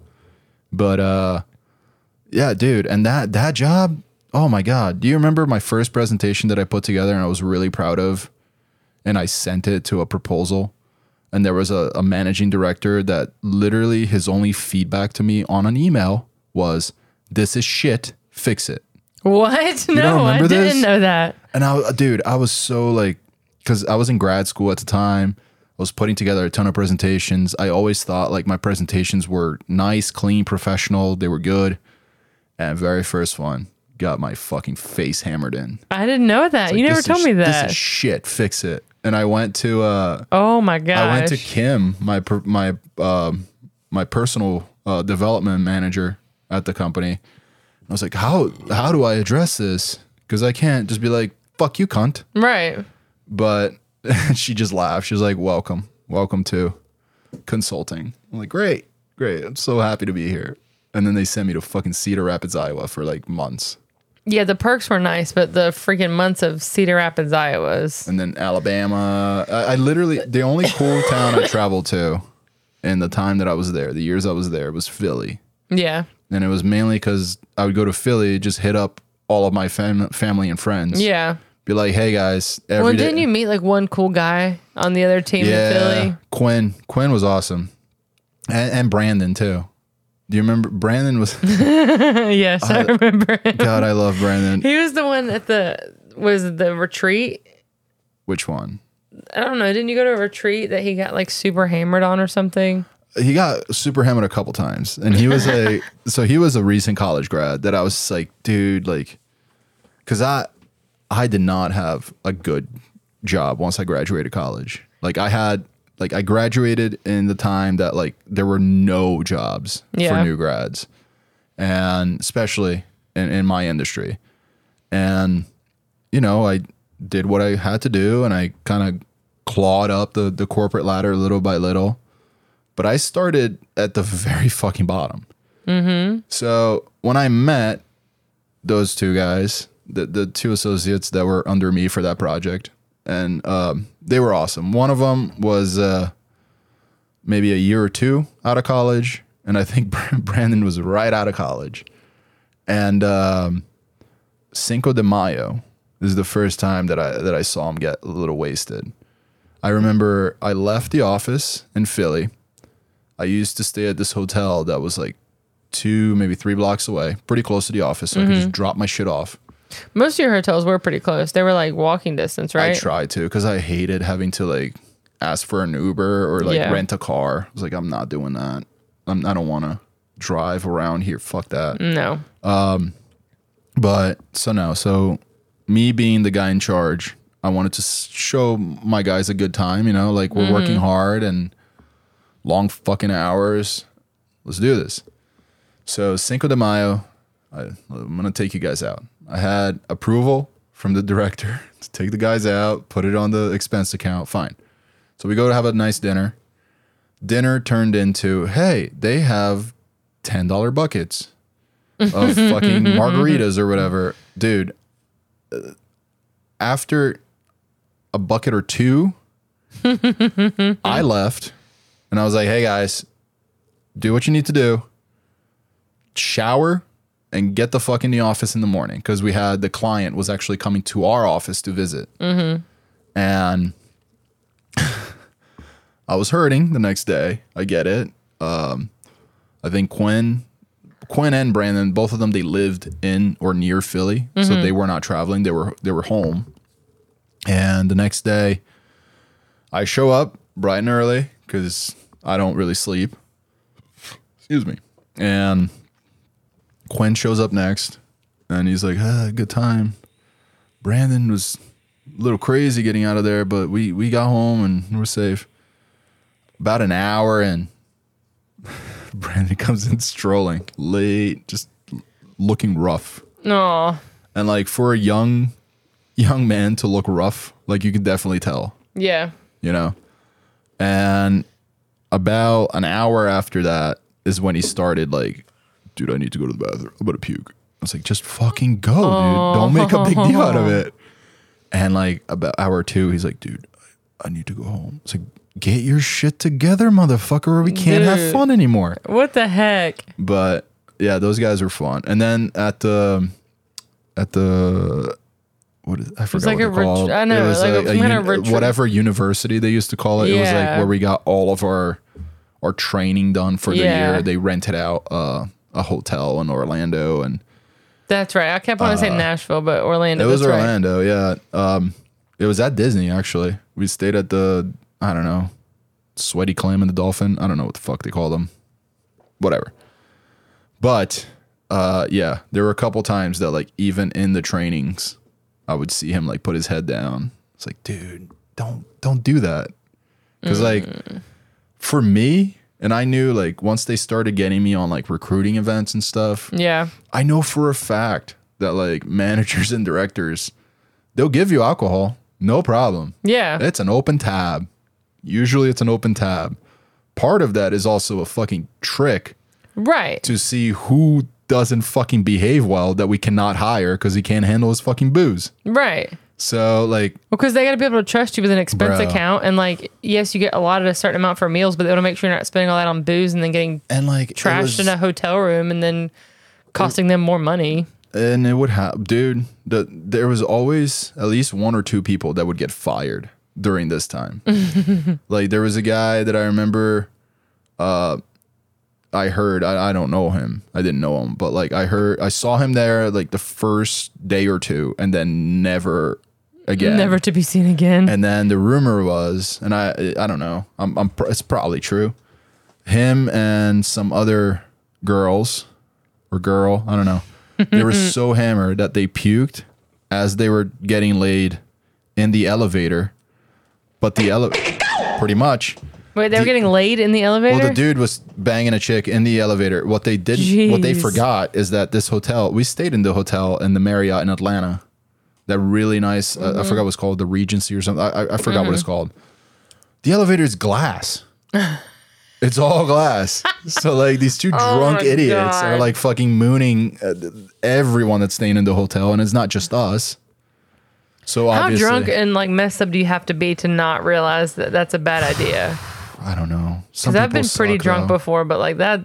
B: but uh, yeah, dude, and that that job. Oh my god! Do you remember my first presentation that I put together and I was really proud of? and I sent it to a proposal. And there was a, a managing director that literally his only feedback to me on an email was, This is shit, fix it.
C: What? no, I
B: remember
C: didn't
B: this?
C: know that.
B: And I, uh, dude, I was so like, because I was in grad school at the time. I was putting together a ton of presentations. I always thought like my presentations were nice, clean, professional. They were good. And very first one got my fucking face hammered in.
C: I didn't know that. you
B: Like,
C: never
B: "This
C: told
B: is-
C: me
B: This
C: that.
B: is shit, fix it. And I went to, uh,
C: oh, my gosh.
B: I went to Kim, my per- my um my personal uh, development manager at the company. I was like, how how do I address this? Because I can't just be like, fuck you, cunt.
C: Right.
B: But she just laughed. She was like, welcome, welcome to consulting. I'm like, great, great. I'm so happy to be here. And then they sent me to fucking Cedar Rapids, Iowa for like months,
C: Yeah, the perks were nice, but the freaking months of Cedar Rapids, Iowa's.
B: and then Alabama. I, I literally the only cool town I traveled to in the time that I was there, the years I was there, was Philly.
C: Yeah.
B: and it was mainly because I would go to Philly, just hit up all of my fam- family and friends.
C: Yeah.
B: be like, hey guys, every
C: Well,
B: day-
C: didn't you meet like one cool guy on the other team
B: Yeah,
C: in Philly?
B: Quinn. Quinn was awesome, and, and Brandon too. Do you remember Brandon was?
C: yes, I
B: Uh,
C: remember. him.
B: God, I love Brandon.
C: He was the one at the was the retreat.
B: Which one?
C: I don't know. Didn't you go to a retreat that he got like super hammered on or something?
B: He got super hammered a couple times, and he was a so he was a recent college grad that I was just like, dude, like, because I I did not have a good job once I graduated college. Like I had like I graduated in the time that like there were no jobs
C: Yeah.
B: for new grads. And especially in, in my industry. And you know, I did what I had to do and I kind of clawed up the, the corporate ladder little by little. But I started at the very fucking bottom. Mm-hmm. So when I met those two guys, the the two associates that were under me for that project, and um, they were awesome. One of them was uh, maybe a year or two out of college, and I think Brandon was right out of college. And um, Cinco de Mayo is the first time that I that I saw him get a little wasted. I remember I left the office in Philly. I used to stay at this hotel that was like two, maybe three blocks away, pretty close to the office. So I could
C: Mm-hmm.
B: just drop my shit off.
C: Most of your hotels were pretty close. They were like walking distance, right?
B: I tried to because I hated having to like ask for an Uber or like
C: Yeah.
B: rent a car. I was like, I'm not doing that. I'm, I don't want to drive around here. Fuck that.
C: No.
B: But so no, so me being the guy in charge, I wanted to s- show my guys a good time. You know, like we're working hard and long fucking hours. Let's do this. So Cinco de Mayo, I, I'm gonna take you guys out. I had approval from the director to take the guys out, put it on the expense account. Fine. So we go to have a nice dinner. dinner turned into hey they have $10 buckets of fucking margaritas or whatever dude uh, after a bucket or two i left and i was like hey guys do what you need to do shower and get the fuck in the office in the morning because we had the client was actually coming to our office to visit and I was hurting the next day. I get it. Um, I think Quinn, Quinn and Brandon, both of them, they lived in or near Philly, so they were not traveling. They were they were home. And the next day, I show up bright and early because I don't really sleep. Excuse me. And Quinn shows up next, and he's like, ah, "Good time." Brandon was a little crazy getting out of there, but we we got home and we're safe. About an hour and Brandon comes in strolling late, just looking rough.
C: No.
B: And like for a young young man to look rough, like you can definitely tell,
C: Yeah.
B: you know. And about an hour after that is when he started like, dude, I need to go to the bathroom. I'm gonna puke. I was like, just fucking go, dude. Don't make a big deal out of it. And like about hour two, he's like, dude, I, I need to go home. It's like, get your shit together, motherfucker, or we can't have
C: Dude.
B: fun anymore.
C: What the heck?
B: But yeah, those guys were fun. And then at the at the what is I forgot
C: like
B: what
C: a
B: they're called.
C: ret- I know,
B: it was
C: like
B: a,
C: a- some kind
B: uni-
C: of retreat.
B: whatever university they used to call it. It was like
C: Yeah.
B: where we got all of our our training done for the
C: Yeah.
B: year. They rented out uh, a hotel in Orlando, and
C: That's right. I kept wanting to say Nashville, but Orlando.
B: it was
C: that's right.
B: Uh, Orlando. Yeah, um, it was at Disney actually. We stayed at the I don't know, sweaty clam and the dolphin. I don't know what the fuck they call them. Whatever. But uh, yeah, there were a couple times that like even in the trainings, I would see him like put his head down. It's like, dude, don't don't do that. Because
C: Mm.
B: like for me, and I knew like once they started getting me on like recruiting events and stuff,
C: Yeah.
B: I know for a fact that like managers and directors, they'll give you alcohol, no problem.
C: Yeah.
B: It's an open tab. Usually it's an open tab. Part of that is also a fucking trick
C: right.
B: to see who doesn't fucking behave well that we cannot hire because he can't handle his fucking booze.
C: Right.
B: So like
C: Well, because they got to be able to trust you with an expense
B: Bro.
C: account, and like, yes, you get allotted a certain amount for meals, but they want to make sure you're not spending all that on booze and then getting
B: and like it
C: trashed
B: was-
C: in a hotel room and then costing them more money.
B: and it would happen, dude. The, there was always at least one or two people that would get fired during this time. like there was a guy that I remember. Uh, I heard I, I don't know him. I didn't know him, but like I heard I saw him there like the first day or two, and then never again.
C: Never to be seen again.
B: And then the rumor was, and I I don't know, I'm, I'm pr- it's probably true. Him and some other girls or girl, I don't know. They were so hammered that they puked as they were getting laid in the elevator. But the elevator, pretty much.
C: Wait, they were getting laid in the elevator?
B: Well, the dude was banging a chick in the elevator. What they did, what they
C: Jeez.
B: forgot is that this hotel, we stayed in the hotel in the Marriott in Atlanta. That really nice, uh,
C: Mm-hmm.
B: I forgot what it's called, the Regency or something. I, I, I forgot what it's called. The elevator is glass. it's all glass. So like these two drunk
C: Oh my
B: idiots are
C: God.
B: like fucking mooning uh, th- everyone that's staying in the hotel, and it's not just us. So
C: How
B: obviously,
C: drunk and like messed up do you have to be to not realize that that's a bad idea?
B: I don't know. Some
C: Because I've
B: people
C: been pretty
B: suck,
C: drunk
B: though.
C: before, but like that,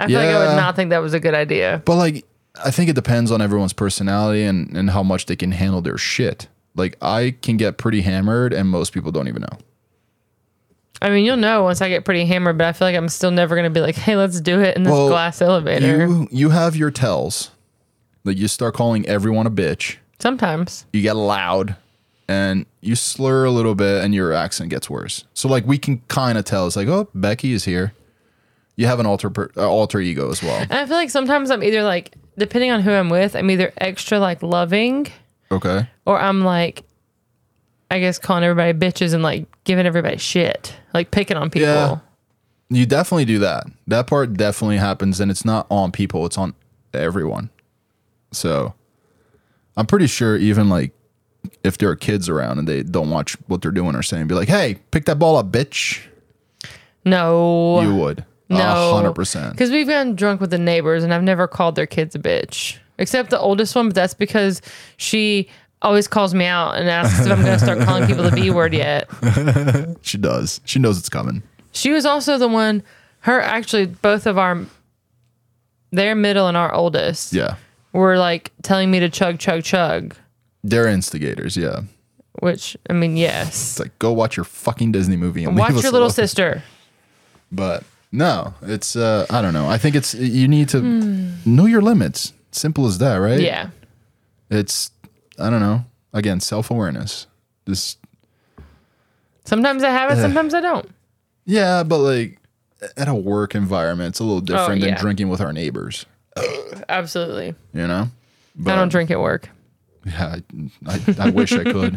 C: I feel like I
B: Yeah.
C: would not think that was a good idea.
B: But like, I think it depends on everyone's personality and and how much they can handle their shit. Like, I can get pretty hammered, and most people don't even know.
C: I mean, you'll know once I get pretty hammered, but I feel like I'm still never gonna be like, "Hey, let's do it in this
B: Well,
C: glass elevator."
B: You you have your tells. Like you start calling everyone a bitch.
C: Sometimes,
B: You get loud, and you slur a little bit, and your accent gets worse. So like, we can kind of tell. It's like, oh, Becky is here. You have an alter per, uh, alter ego as well.
C: and I feel like sometimes I'm either like, depending on who I'm with, I'm either extra like loving,
B: Okay.
C: or I'm like, I guess calling everybody bitches and like giving everybody shit, like picking on people.
B: Yeah. You definitely do that. That part definitely happens, and it's not on people; it's on everyone. So, I'm pretty sure even like if there are kids around and they don't watch what they're doing or saying, be like, "Hey, pick that ball up, bitch."
C: No.
B: You would.
C: No.
B: A hundred percent.
C: Because we've gotten drunk with the neighbors, and I've never called their kids a bitch, except the oldest one. But that's because she always calls me out and asks if I'm going to start calling people the B word yet.
B: She does. She knows it's coming.
C: She was also the one. Her actually, both of our, their middle and our oldest,
B: Yeah.
C: were like telling me to chug, chug, chug.
B: They're instigators. Yeah.
C: Which I mean, yes.
B: It's like go watch your fucking Disney movie and
C: Watch
B: leave us
C: your little
B: alone.
C: sister.
B: But no, it's uh I don't know. I think it's you need to know your limits. Simple as that, right?
C: Hmm. Yeah.
B: It's I don't know. Again, self awareness. Just
C: Sometimes I have it. Sometimes I don't.
B: yeah, but like at a work environment, it's a little different
C: Oh, yeah.
B: than drinking with our neighbors.
C: Absolutely.
B: You know. But,
C: I don't drink at work.
B: Yeah, I, I, I wish I could.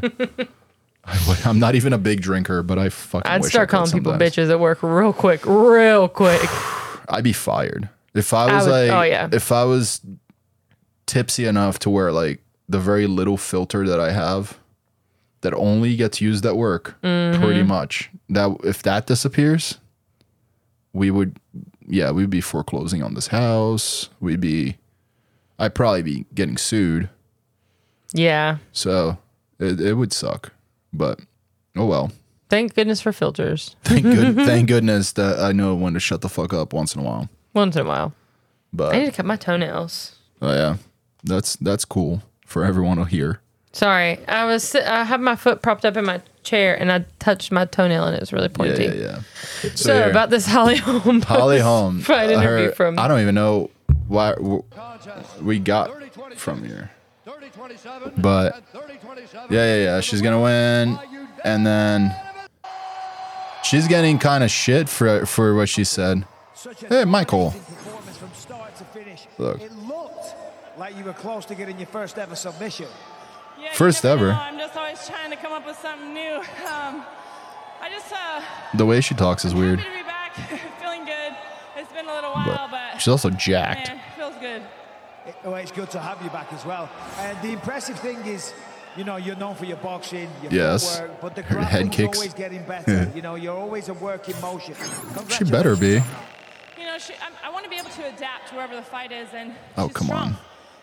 B: I w- I'm not even a big drinker, but I fucking.
C: I'd
B: wish I
C: start
B: could
C: calling people
B: sometimes.
C: bitches at work real quick, real quick.
B: I'd be fired if I was
C: would-
B: like,
C: oh, yeah.
B: if I was tipsy enough to where like the very little filter that I have that only gets used at work,
C: Mm-hmm.
B: pretty much. That if that disappears, we would, yeah, we'd be foreclosing on this house. We'd be, I'd probably be getting sued.
C: Yeah.
B: So it, it would suck, but oh well.
C: Thank goodness for filters.
B: Thank good, thank goodness that I know when to shut the fuck up once in a while.
C: Once in a while.
B: But
C: I need to cut my toenails.
B: Oh yeah, that's that's cool for everyone to hear.
C: Sorry. I was sit- I had my foot propped up in my chair and I touched my toenail and it was really
B: Yeah,
C: pointy.
B: yeah, yeah. So,
C: So
B: here,
C: about this Holly Holm.
B: Holly Holm,
C: Fried
B: uh,
C: interview
B: her-
C: from-
B: I don't even know why w-
E: Contest
B: we got from here, but yeah, yeah, yeah. She's gonna win, and then she's getting kind of shit for for what she said. Hey, Michael.
F: Performance from start to finish.
B: Look.
F: It looked like you were close to getting your first ever submission.
G: Yeah, you
B: First
G: never
B: ever.
G: know. I'm just always trying to come up with something new. Um, I just uh,
B: The way she talks is weird.
G: happy to be back, feeling good. It's been a little while,
B: But
G: but,
B: she's also jacked.
G: man, feels good.
F: It- oh, it's good to have you back as well. And the impressive thing is, you know, you're known for your boxing, your
B: Yes.
F: footwork, but the
B: Her head
F: grappling's
B: kicks.
F: always getting better. you know, you're always a work in motion.
B: She better be.
G: You know, she, I, I want to be able to adapt to wherever the fight is, and
B: Oh,
G: she's
B: come
G: strong.
B: on.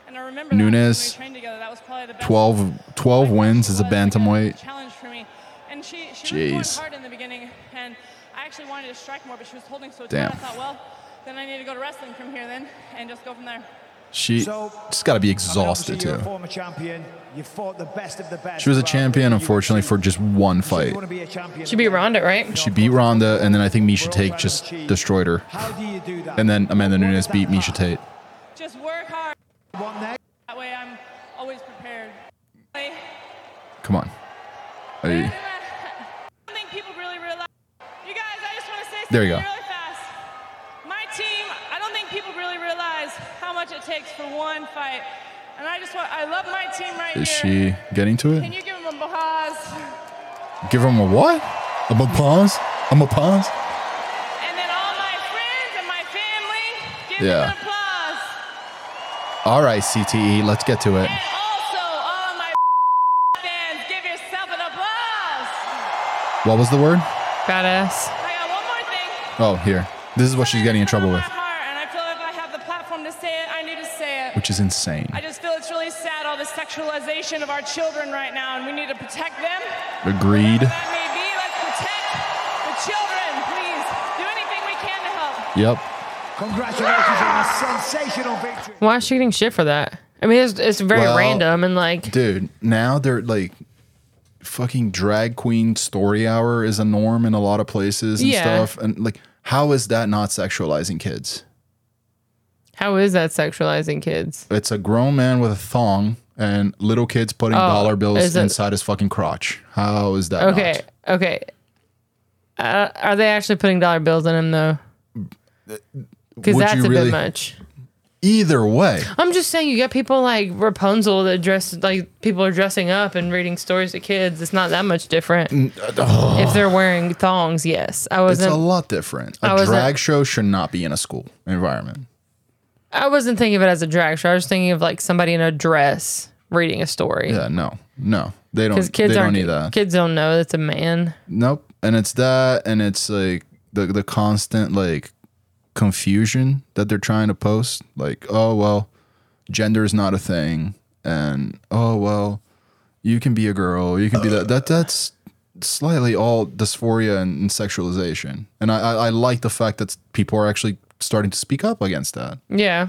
G: And I remember that
B: Nunes,
G: when we trained together, that was probably the best
B: 12, 12 wins as a
G: was, like,
B: bantamweight.
G: Challenge for me, and she she was going
B: Jeez.
G: hard in the beginning, and I actually wanted to strike more, but she was holding so tight.
B: Damn.
G: I thought, well, then I need to go to wrestling from here then, and just go from there.
B: She,
F: So-
B: she's got to be exhausted
F: You're a
B: too.
F: former champion. You fought the best of the best.
B: She was a
F: throughout
B: champion,
F: the
B: unfortunately,
F: UFC.
B: for just one
F: So you
B: fight.
F: wanna be a champion
C: She beat
F: again.
C: Ronda, right?
B: She beat Ronda, and then I think Misha Tate just destroyed her.
F: How do you do that?
B: And then Amanda
F: What
B: Nunes
F: is that
B: beat Misha
F: path?
B: Tate.
G: Just work hard.
F: One neck.
G: That way I'm always prepared. I
B: Come on.
G: I
B: Hey.
G: don't think people really realize. You guys, I just want to say something
B: There you go.
G: really fast. My team, I don't think people really realize how much it takes for one fight. And I just want, I love my team right
B: Is
G: here.
B: she getting to
G: Can
B: it?
G: you give them a applause?
B: Give him a what? I'm a pause? I'm a pause?
G: And then all my friends and my family, give
B: Yeah.
G: them an applause.
B: All right, CTE, let's get to it.
G: And also all my fans, give yourself an applause.
B: What was the word?
C: Badass.
G: I got one more thing.
B: Oh, here. This is what she's getting in trouble with,
G: My heart, and I feel if I have the platform to say it, I need to say it.
B: which is insane.
G: I just feel it's really sad all the sexualization of our children right now, and we need to protect them.
B: Agreed.
G: That may be, let's protect the children, please. Do anything we can to help.
B: Yep.
F: Congratulations on a sensational victory.
C: Why is she getting shit for that? I mean, it's, it's very
B: Well,
C: random and like,
B: Dude, now they're like fucking drag queen story hour is a norm in a lot of places and
C: Yeah.
B: stuff. And like, how is that not sexualizing kids?
C: how is that sexualizing kids?
B: It's a grown man with a thong and little kids putting dollar bills
C: Oh, is it-
B: inside his fucking crotch. How is that?
C: Okay,
B: not?
C: okay. Uh, are they actually putting dollar bills in him though? Because
B: Would
C: that's
B: you
C: a
B: really-
C: bit much.
B: Either way,
C: I'm just saying, you got people like Rapunzel that dress like people are dressing up and reading stories to kids. It's not that much different. If they're wearing thongs, yes. I
B: uh, it's a
C: wasn't.
B: lot different.
C: I
B: A
C: wasn't-
B: drag show should not be in a school environment.
C: I wasn't thinking of it as a drag show. I was thinking of like somebody in a dress reading a story.
B: Yeah, no, no, they don't.
C: Because kids
B: they
C: aren't
B: don't need that.
C: kids don't know that's a man.
B: Nope. And it's that, and it's like the the constant like confusion that they're trying to post like oh well gender is not a thing and oh well you can be a girl you can be that that that's slightly all dysphoria and, and sexualization and I, I i like the fact that people are actually starting to speak up against that
C: Yeah.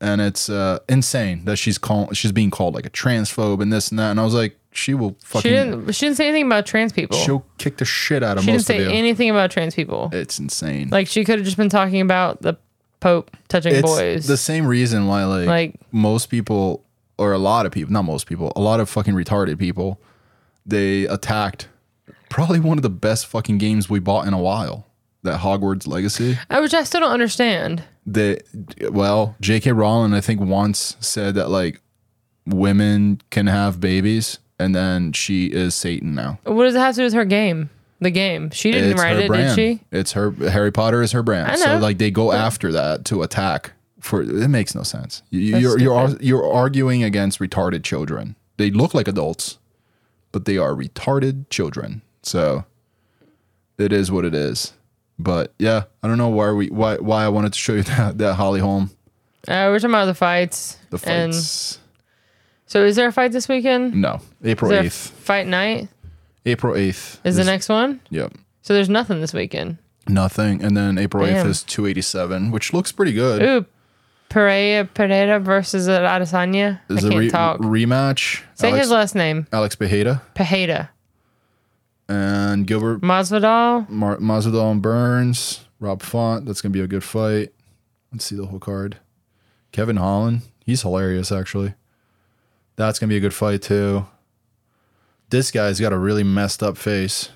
B: and it's uh insane that she's call she's being called like a transphobe and this and that and i was like she will
C: She
B: fucking
C: didn't. She didn't say anything about trans people.
B: she'll kick the shit out of
C: she didn't
B: most of
C: say
B: you
C: anything about trans people.
B: it's insane
C: Like she could have just been talking about the Pope touching
B: it's
C: boys.
B: the same reason why like,
C: Like-
B: most people or a lot of people not most people a lot of fucking retarded people they attacked probably one of the best fucking games we bought in a while that hogwarts legacy
C: I- Uh, which I still don't understand.
B: that well jk rowling i think once said that like women can have babies and then she is satan now
C: What does it have to do with her game? The game. She didn't
B: it's
C: write
B: her
C: it,
B: brand.
C: did she?
B: It's her Harry Potter is her brand.
C: I
B: So
C: know.
B: like they go after that to attack for it makes no sense. You- You, you're you're ar-
C: stupid.
B: you're arguing against retarded children. They look like adults, but they are retarded children. So it is what it is. But yeah, I don't know why we why why I wanted to show you that that Holly Holm
C: Uh, we're talking about the fights.
B: the
C: And
B: fights.
C: so, is there a fight this weekend?
B: no, April
C: Is there a
B: eighth.
C: fight night?
B: April eighth
C: Is the next one?
B: Yep.
C: So there's nothing this weekend.
B: Nothing, and then April eighth
C: Damn.
B: is two eighty seven, which looks pretty good.
C: Ooh, Pereira Pereira versus Adesanya. I
B: Is
C: can't
B: a re-
C: talk.
B: rematch.
C: Say
B: Alex,
C: his last name.
B: Alex Bejeda
C: Pajeda.
B: and
C: Mm.
B: Gilbert
C: Masvidal.
B: Mar- Masvidal and Burns, Rob Font. That's gonna be a good fight. Let's see the whole card. Kevin Holland, he's hilarious actually. That's gonna be a good fight too. This guy's got a really messed up face.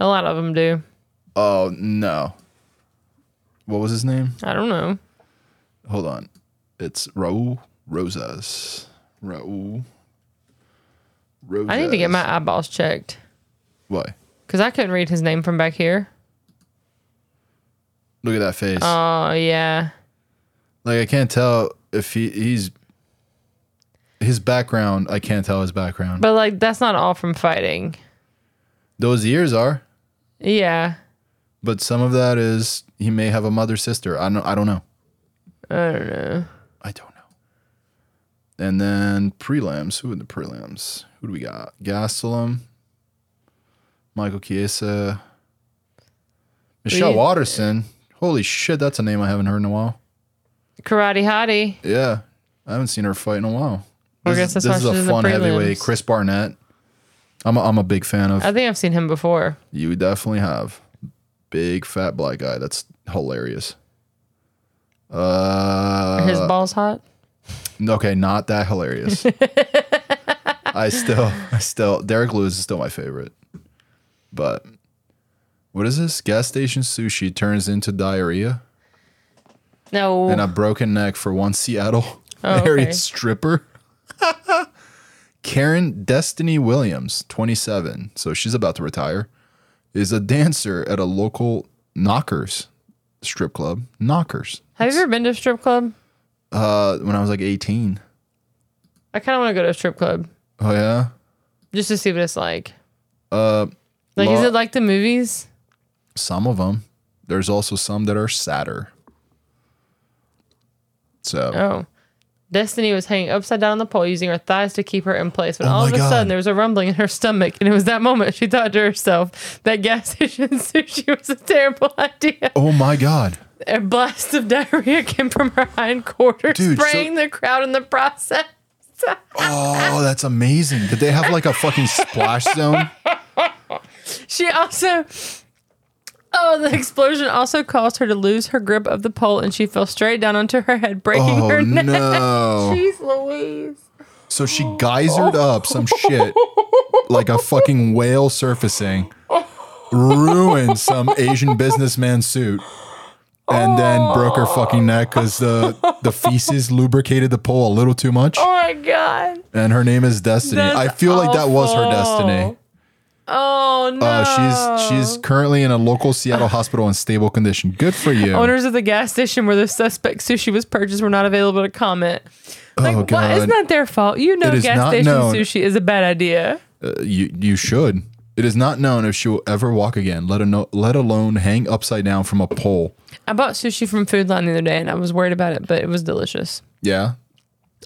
C: A lot of them do.
B: Oh no. What was his name?
C: I don't know.
B: Hold on. It's Raul Rosas. Raul. Rosas.
C: I need to get my eyeballs checked
B: Why?
C: because I couldn't read his name from back here.
B: Look at that face.
C: Oh yeah,
B: Like I can't tell if he he's his background. I can't tell his background.
C: but like that's not all from fighting.
B: Those years are,
C: Yeah,
B: but some of that is he may have a mother sister. I don't. I don't know.
C: I don't know.
B: I don't know. And then prelims. Who in the prelims? Who do we got? Gastelum, Michael Chiesa, Michelle
C: We-
B: Watterson. Holy shit, that's a name I haven't heard in a while.
C: Karate Hottie.
B: Yeah, I haven't seen her fight in a while.
C: I
B: This,
C: guess
B: is,
C: that's
B: this
C: why
B: is
C: she's
B: a
C: in the
B: fun heavyweight.
C: prelims.
B: Chris Barnett. I'm a, I'm a big fan of.
C: I think I've seen him before.
B: you definitely have big fat black guy. That's hilarious. Uh,
C: Are his balls hot?
B: okay, not that hilarious. I still, I still, Derek Lewis is still my favorite. But what is this? Gas station sushi turns into diarrhea
C: No.
B: and a broken neck for one Seattle
C: Oh,
B: married
C: okay.
B: stripper. Karen Destiny Williams, 27, so she's about to retire, is a dancer at a local Knockers strip club. Knockers.
C: Have you ever been to a strip club?
B: Uh, when I was like 18.
C: I kind of want to go to a strip club
B: Oh yeah.
C: just to see what it's like.
B: Uh,
C: Like, is
B: Law-
C: it like the movies?
B: some of them. There's also some that are sadder. So
C: Oh. Destiny was hanging upside down on the pole using her thighs to keep her in place when
B: Oh
C: all
B: my
C: of a
B: God.
C: sudden there was a rumbling in her stomach. And it was that moment she thought to herself that gas station sushi was a terrible idea.
B: Oh my god.
C: A blast of diarrhea came from her hindquarters,
B: Dude, so-
C: spraying the crowd in the process.
B: Oh, that's amazing. Did they have like a fucking splash zone?
C: She also. Oh, the explosion also caused her to lose her grip of the pole and she fell straight down onto her head, breaking
B: Oh
C: her neck.
B: no.
C: Jeez Louise.
B: So she
C: Oh.
B: geysered up some shit like a fucking whale surfacing, ruined some Asian businessman's suit, and then broke her fucking neck because the the feces lubricated the pole a little too much.
C: Oh my God.
B: And her name is Destiny.
C: That's
B: I feel like that was her destiny.
C: awful. Oh no.
B: Uh, she's she's currently in a local Seattle hospital in stable condition. Good for you.
C: Owners of the gas station where the suspect sushi was purchased were not available to comment. Like,
B: Oh,
C: why- it's
B: God.
C: not their fault. You know,
B: It is
C: gas
B: not
C: station
B: known.
C: sushi is a bad idea.
B: Uh, you you should. It is not known if she will ever walk again, let, ano- let alone hang upside down from a pole.
C: I bought sushi from Food Line the other day, and I was worried about it, but it was delicious,
B: Yeah.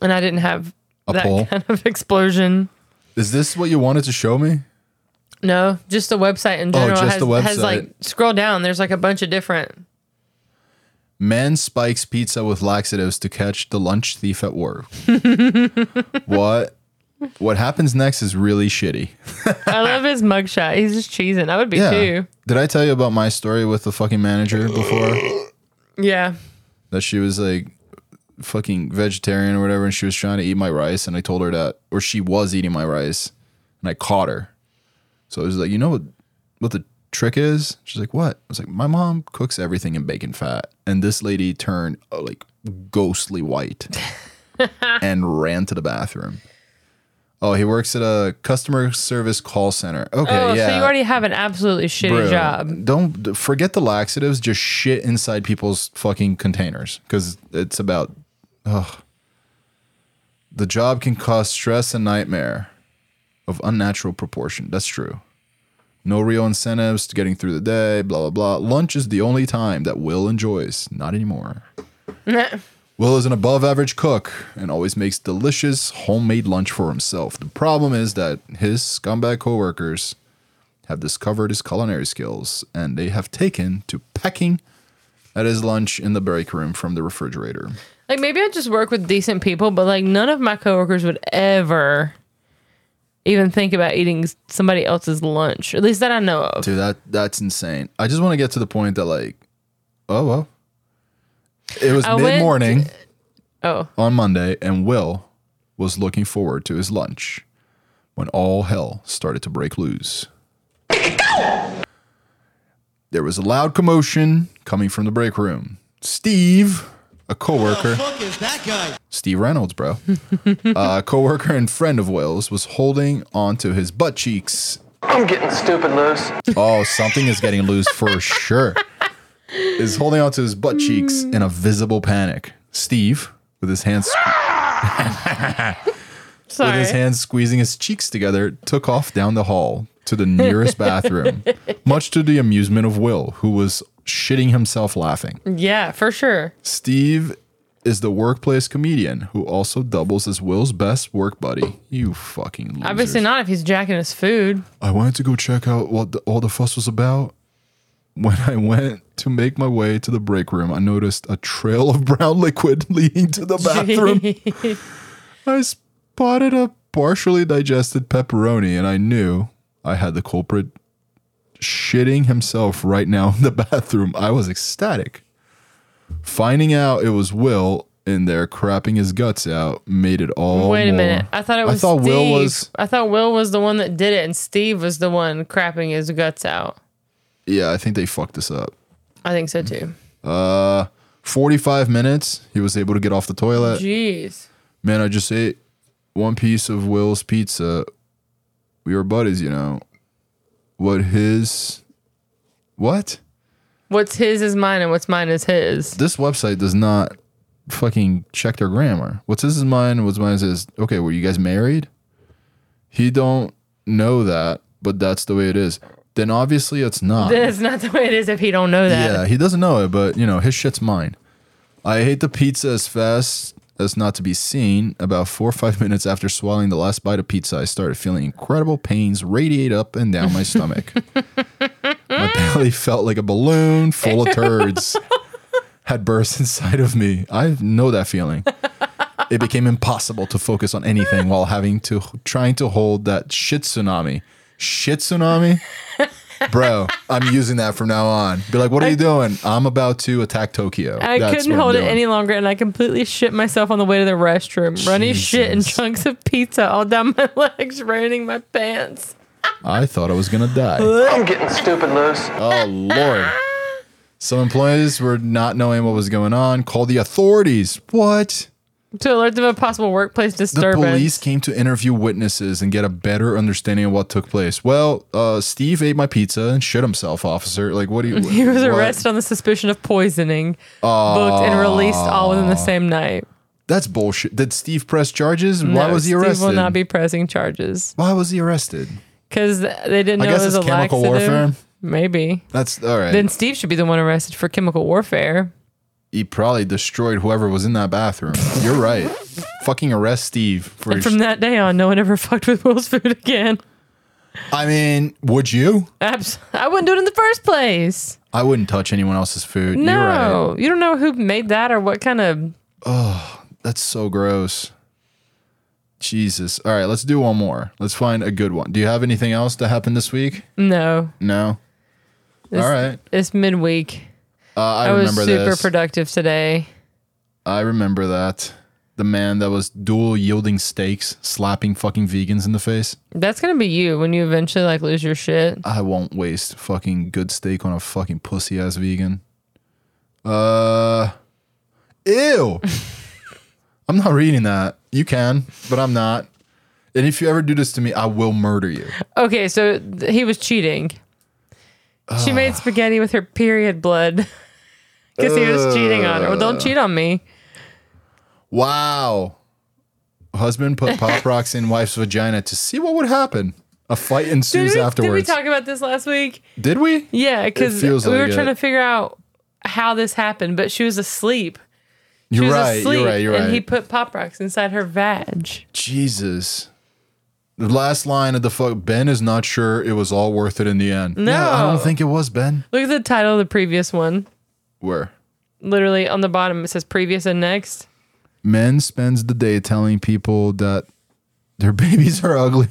C: and I didn't have
B: A
C: that
B: pole?
C: kind of explosion.
B: Is this what you wanted to show me?
C: No, just the website in general
B: Oh, just
C: has,
B: the
C: has like scroll down. There's like a bunch of different.
B: Man spikes pizza with laxatives to catch the lunch thief at work. what? What happens next is really shitty.
C: I love his mugshot. He's just cheesing. I would be
B: Yeah.
C: too.
B: Did I tell you about my story with the fucking manager before?
C: Yeah.
B: that she was like fucking vegetarian or whatever and she was trying to eat my rice and I told her that or she was eating my rice and I caught her. So I was like, you know what what the trick is? She's like, what? I was like, my mom cooks everything in bacon fat. And this lady turned uh, like ghostly white and ran to the bathroom. Oh, he works at a customer service call center. Okay,
C: Oh,
B: yeah.
C: so you already have an absolutely shitty
B: Bro,
C: job.
B: Don't d- forget the laxatives. Just shit inside people's fucking containers because it's about. Ugh. The job can cause stress and nightmare of unnatural proportion. That's true. No real incentives to getting through the day, blah, blah, blah. Lunch is the only time that Will enjoys. Not anymore. Will is an above average cook and always makes delicious homemade lunch for himself. The problem is that his scumbag coworkers have discovered his culinary skills and they have taken to pecking at his lunch in the break room from the refrigerator.
C: Like maybe I just work with decent people, but like none of my coworkers would ever even think about eating somebody else's lunch. At least that I know of.
B: Dude, that that's insane. I just want to get to the point that like, oh well. It was
C: I went-
B: mid morning
C: Oh,
B: on Monday, and Will was looking forward to his lunch when all hell started to break loose. There was a loud commotion coming from the break room. Steve, a coworker,
E: Fuck is that guy?
B: Steve Reynolds, bro. uh, coworker and friend of Will's was holding onto his butt cheeks.
A: I'm getting stupid loose.
B: Oh, something is getting loose for sure. Is holding onto his butt cheeks in a visible panic. Steve, with his hands with
C: sorry.
B: his hands squeezing his cheeks together, took off down the hall to the nearest bathroom, much to the amusement of Will, who was shitting himself laughing.
C: yeah, for sure.
B: Steve is the workplace comedian who also doubles as Will's best work buddy. You fucking losers.
C: Obviously not if he's jacking his food.
B: I wanted to go check out what the, all the fuss was about. When I went to make my way to the break room, I noticed a trail of brown liquid leading to the bathroom. I spotted a partially digested pepperoni and I knew I had the culprit shitting himself right now in the bathroom. I was ecstatic. Finding out it was Will in there crapping his guts out made it all.
C: Wait a
B: more-
C: minute. I thought it was
B: I thought
C: Steve.
B: Will was.
C: I thought Will was the one that did it and Steve was the one crapping his guts out.
B: Yeah, I think they fucked this up.
C: I think so too.
B: 45 Uh, minutes, he was able to get off the toilet.
C: Jeez.
B: Man, I just ate one piece of Will's pizza. We were buddies, you know. What his. What?
C: What's his is mine and what's mine is his.
B: This website does not fucking check their grammar. What's his is mine, what's mine is his. Okay, were you guys married? He don't know that, but that's the way it is. Then obviously it's not.
C: That's not the way it is if he don't know that.
B: Yeah, he doesn't know it, but you know, his shit's mine. I ate the pizza as fast as not to be seen. About four or five minutes after swallowing the last bite of pizza, I started feeling incredible pains radiate up and down my stomach. my belly felt like a balloon full of turds had burst inside of me. I know that feeling. It became impossible to focus on anything while having to trying to hold that shit tsunami. Shit tsunami? Bro, I'm using that from now on. Be like, what are you doing? I'm about to attack Tokyo.
C: I
B: That's
C: couldn't
B: what I'm
C: hold it
B: doing.
C: any longer, and I completely shit myself on the way to the restroom, running shit and
B: Jesus.
C: chunks of pizza all down my legs, ruining my pants.
B: I thought I was gonna die.
A: I'm getting stupid loose.
B: Oh lord. Some employees were not knowing what was going on. Called the authorities. What?
C: To alert them of possible workplace
B: The
C: disturbance.
B: police came to interview witnesses and get a better understanding of what took place. Well, uh, Steve ate my pizza and shit himself, officer. Like, what do you?
C: He was
B: what?
C: arrested on the suspicion of poisoning, booked and released all within the same night.
B: That's bullshit. Did Steve press charges? Why
C: No,
B: was he
C: Steve
B: arrested?
C: will not be pressing charges
B: Why was he arrested?
C: because they didn't
B: I
C: know
B: guess
C: it was
B: it's
C: a
B: chemical
C: laxative.
B: warfare.
C: Maybe.
B: That's all right.
C: Then Steve should be the one arrested for chemical warfare.
B: he probably destroyed whoever was in that bathroom. You're right. Fucking arrest Steve for.
C: And from that day on, no one ever fucked with Will's food again.
B: I mean, would you?
C: Abs- I wouldn't do it in the first place.
B: I wouldn't touch anyone else's food.
C: No,
B: You're right.
C: you don't know who made that or what kind of.
B: That's so gross. Jesus. All right, let's do one more. Let's find a good one. Do you have anything else that happened this week?
C: No,
B: No.
C: This-
B: All right.
C: it's midweek.
B: Uh, I,
C: I, was
B: remember
C: super
B: this.
C: productive today.
B: I remember that. The man that was dual yielding steaks, slapping fucking vegans in the face.
C: That's gonna be you when you eventually like lose your shit.
B: I won't waste fucking good steak on a fucking pussy ass vegan. Uh, ew. I'm not reading that. You can, but I'm not. And if you ever do this to me, I will murder you.
C: Okay, so th- he was cheating. She made spaghetti with her period blood because he was cheating on her. Well, don't cheat on me.
B: Wow. Husband put pop rocks in wife's vagina to see what would happen. A fight ensues
C: Did we, did we
B: afterwards.
C: talk about this last week?
B: Did we?
C: Yeah, because we
B: feels
C: were
B: like
C: trying
B: it.
C: to figure out how this happened, but she was asleep. She
B: You're
C: was
B: right,
C: asleep,
B: you're right. You're right.
C: and he put pop rocks inside her vag.
B: Jesus. The last line of the fuck Ben is not sure it was all worth it in the end. No, I
C: No.
B: don't think it was Ben.
C: Look at the title of the previous one.
B: Where?
C: Literally on the bottom, it says previous and next.
B: Men spends the day telling people that their babies are ugly.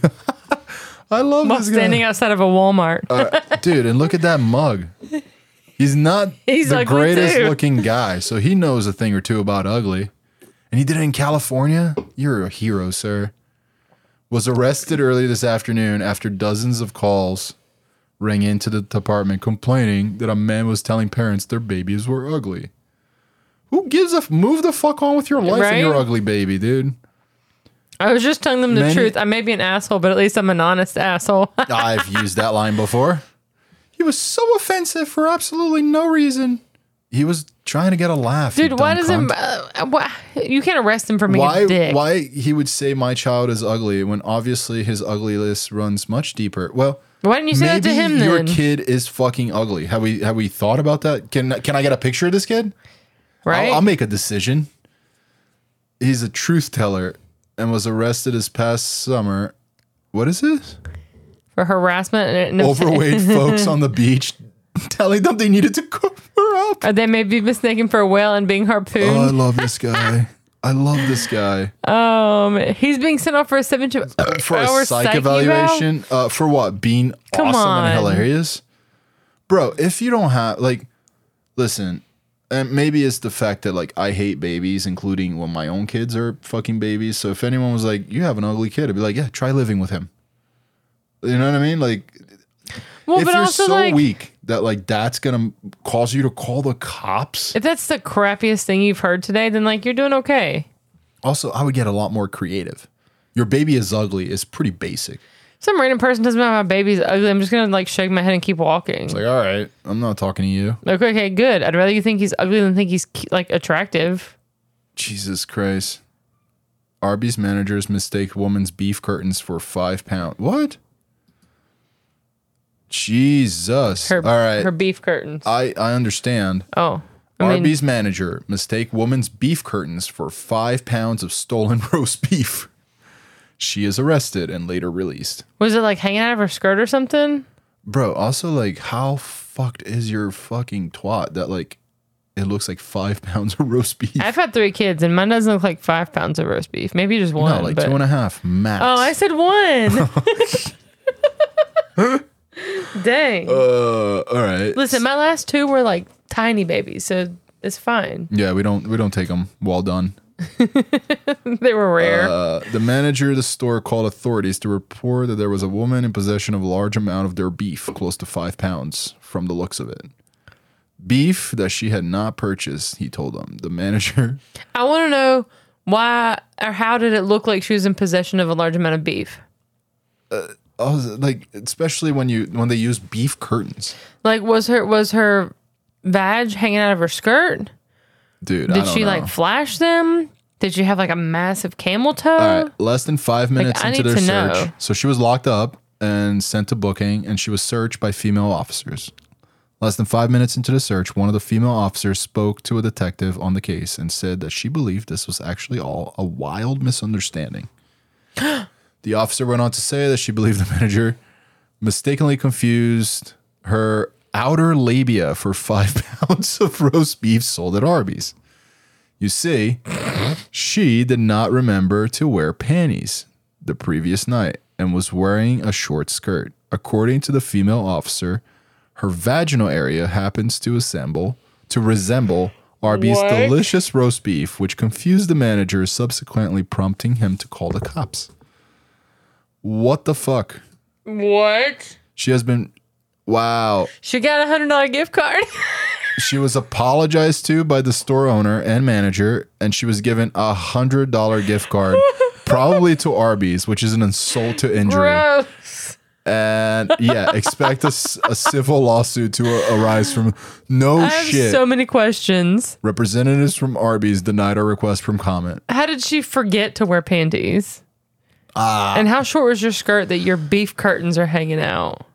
B: I love
C: While
B: this guy.
C: standing outside of a Walmart.
B: Dude, and look at that mug. He's not
C: He's
B: the
C: ugly,
B: greatest
C: too.
B: looking guy, so he knows a thing or two about ugly. And he did it in California? You're a hero, sir. Was arrested early this afternoon after dozens of calls rang into the department complaining that a man was telling parents their babies were ugly. Who gives a f- move the fuck on with your life
C: Right?
B: and your ugly baby, dude?
C: I was just telling them the
B: Many-
C: truth. I may be an asshole, but at least I'm an honest asshole.
B: I've used that line before. He was so offensive for absolutely no reason. He was trying to get a laugh. you
C: Dude, why
B: dumb
C: does
B: cunt.
C: him? Uh, why, you can't arrest him for being
B: Why?
C: a dick.
B: Why he would say my child is ugly when obviously his ugliness runs much deeper. Well,
C: Why didn't you say that
B: maybe
C: to him
B: your
C: then?
B: kid is fucking ugly. Have we have we thought about that? Can can I get a picture of this kid?
C: right?
B: I'll, I'll make a decision. He's a truth teller and was arrested this past summer. What is this?
C: for harassment and, and
B: overweight folks on the beach telling them they needed to cover up.
C: Or they may be mistaken for a whale and being
B: Oh, I
C: harpooned.
B: love this guy. I love this guy.
C: um, he's being sent off for a seven to
B: Uh, For a
C: Our
B: psych,
C: psych
B: evaluation, uh, for what? Being
C: Come
B: awesome and
C: on.
B: hilarious? Bro, if you don't have, like, listen, and maybe it's the fact that, like, I hate babies, including when my own kids are fucking babies. So if anyone was like, you have an ugly kid, I'd be like, yeah, try living with him. You know what I mean? Like,
C: Well,
B: if
C: but
B: you're
C: also
B: so
C: like
B: weak that, like, that's going to cause you to call the cops.
C: if that's the crappiest thing you've heard today, then like you're doing okay.
B: Also, I would get a lot more creative. Your baby is ugly is pretty basic.
C: Some random person doesn't know my baby's ugly. I'm just gonna like shake my head and keep walking. Like,
B: Like, all right, I'm not talking to you.
C: okay, good. I'd rather you think he's ugly than think he's cu- like attractive.
B: Jesus Christ. Arby's managers mistake woman's beef curtains for five pound. What? Jesus.
C: Her,
B: all right.
C: her beef curtains.
B: I, I understand.
C: oh, I mean,
B: Arby's manager mistake woman's beef curtains for five pounds of stolen roast beef. She is arrested and later released.
C: was it like hanging out of her skirt or something?
B: Bro, also like how fucked is your fucking twat that like it looks like five pounds of roast beef?
C: I've had three kids, and mine doesn't look like five pounds of roast beef. Maybe just one.
B: no, like
C: but-
B: two and a half max.
C: Oh, I said one. Dang.
B: Uh, all right.
C: Listen, my last two were like tiny babies, so it's fine.
B: yeah, we don't we don't take them. Well done.
C: They were rare.
B: Uh, the manager of the store called authorities to report that there was a woman in possession of a large amount of their beef, close to five pounds, from the looks of it. Beef that she had not purchased, he told them. The manager
C: I want to know why or how did it look like she was in possession of a large amount of beef?
B: Oh, like especially when you when they use beef curtains.
C: Like was her was her vag hanging out of her skirt?
B: Dude, I
C: Did
B: don't
C: she
B: know.
C: like flash them? Did she have like a massive camel toe?
B: All right, less than five minutes
C: I
B: into
C: need
B: their
C: to
B: search.
C: know.
B: So she was locked up and sent to booking, and she was searched by female officers. Less than five minutes into the search, one of the female officers spoke to a detective on the case and said that she believed this was actually all a wild misunderstanding. the officer went on to say that she believed the manager mistakenly confused her outer labia for five pounds of roast beef sold at Arby's. You see, she did not remember to wear panties the previous night and was wearing a short skirt. According to the female officer, her vaginal area happens to assemble to resemble Arby's
C: What?
B: delicious roast beef, which confused the manager, subsequently prompting him to call the cops. What the fuck?
C: What?
B: She has been wow.
C: She got a hundred dollar gift card.
B: She was apologized to by the store owner and manager, and she was given a hundred dollar gift card, probably to Arby's, which is an insult to injury.
C: Gross.
B: And yeah, expect a, s- a civil lawsuit to a- arise from no
C: I have
B: shit.
C: so many questions.
B: Representatives from Arby's denied our request from comment.
C: How did she forget to wear panties?
B: Ah.
C: and how short was your skirt that your beef curtains are hanging out?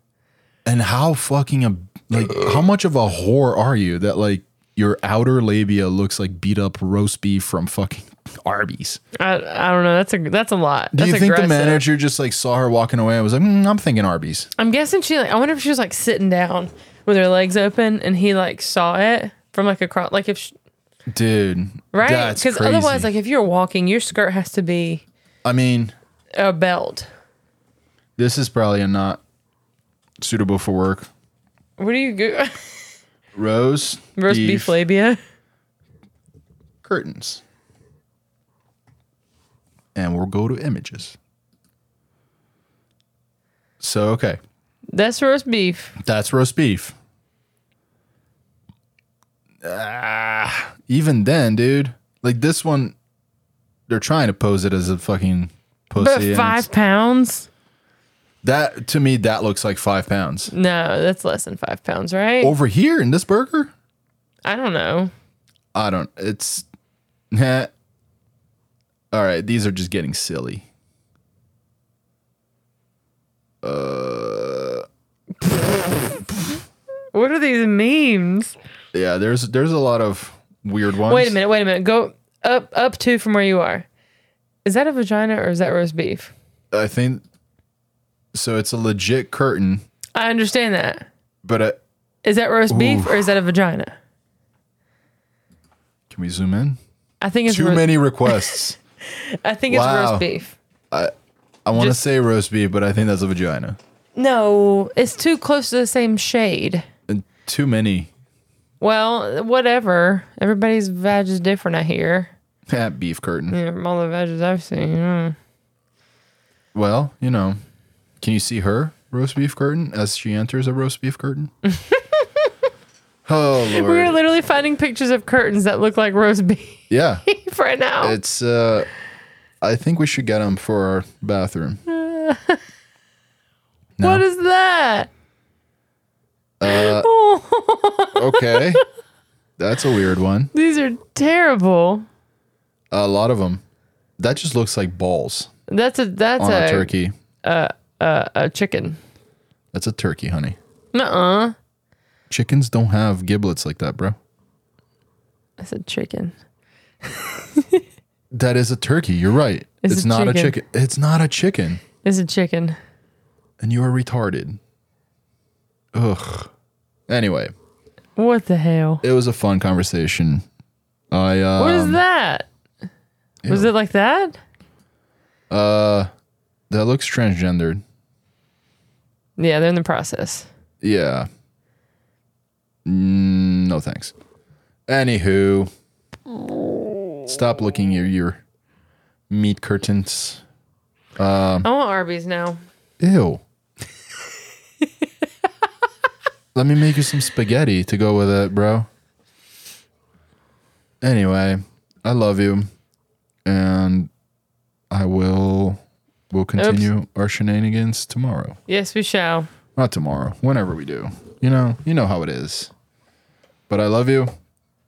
B: And how fucking a like how much of a whore are you that like your outer labia looks like beat up roast beef from fucking Arby's?
C: I, I don't know. That's a that's a lot.
B: Do
C: That's
B: you think the
C: aggressive.
B: manager just like saw her walking away? I was like, mm, I'm thinking Arby's.
C: I'm guessing she like I wonder if she was like sitting down with her legs open and he like saw it from like across like if she,
B: Dude.
C: right
B: that's
C: because
B: crazy.
C: otherwise like if you're walking your skirt has to be
B: I mean,
C: a belt.
B: this is probably not suitable for work.
C: What do you go
B: Rose.
C: roast beef labia?
B: curtains. And we'll go to images. So okay.
C: That's roast beef.
B: That's roast beef. Ah, even then, dude, like this one, they're trying to pose it as a fucking pussy.
C: But
B: and
C: five
B: it's-
C: pounds?
B: That to me, that looks like five pounds.
C: No, that's less than five pounds, right?
B: Over here in this burger,
C: I don't know.
B: I don't. It's nah. All right, these are just getting silly.
C: What are these memes?
B: Yeah, there's there's a lot of weird ones.
C: Wait a minute, wait a minute. Go up up to from where you are. Is that a vagina or is that roast beef?
B: I think so. It's a legit curtain,
C: I understand that.
B: but uh
C: Is that roast beef or is that a vagina?
B: can we zoom in?
C: I think it's
B: Too
C: ro-
B: many requests.
C: I think it's
B: Wow.
C: roast beef.
B: I want to
C: Just-
B: say roast beef, but I think that's a vagina.
C: No, it's too close to the same shade.
B: And too many
C: Well, whatever. Everybody's vag is different. I hear.
B: at beef curtain.
C: Yeah, from all the vages I've seen. mm.
B: Well, you know, can you see her roast beef curtain as she enters a roast beef curtain? oh lord,
C: We are literally finding pictures of curtains that look like roast beef
B: yeah.
C: right now.
B: It's uh, I think we should get them for our bathroom. No? Uh,
C: What is that? oh,
B: okay, that's a weird one.
C: these are terrible.
B: A lot of them. That just looks like balls
C: That's a that's
B: on a
C: a,
B: turkey.
C: a chicken.
B: That's a turkey, honey.
C: Uh uh
B: Chickens don't have giblets like that, bro.
C: That's a chicken.
B: That is a turkey. You're right. It's,
C: It's a
B: not a
C: chicken.
B: chicken. It's not a chicken.
C: It's a chicken.
B: And you are retarded. Ugh. Anyway,
C: What the hell?
B: it was a fun conversation. I uh
C: What is that? Was
B: ew.
C: it like that?
B: that looks transgendered.
C: Yeah, they're in the process.
B: Yeah. Mm, no thanks. Anywho, stop looking at your meat curtains.
C: I want Arby's now.
B: Ew. Let me make you some spaghetti to go with it, bro. Anyway, I love you, and I will. We'll continue our shenanigans tomorrow.
C: Yes, we shall.
B: Not tomorrow. Whenever we do, you know, you know how it is. But I love you.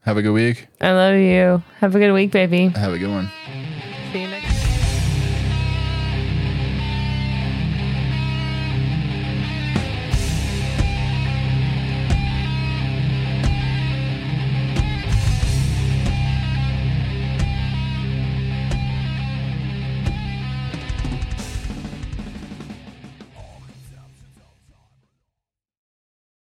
B: Have a good week.
C: I love you. Have a good week, baby.
B: Have a good one.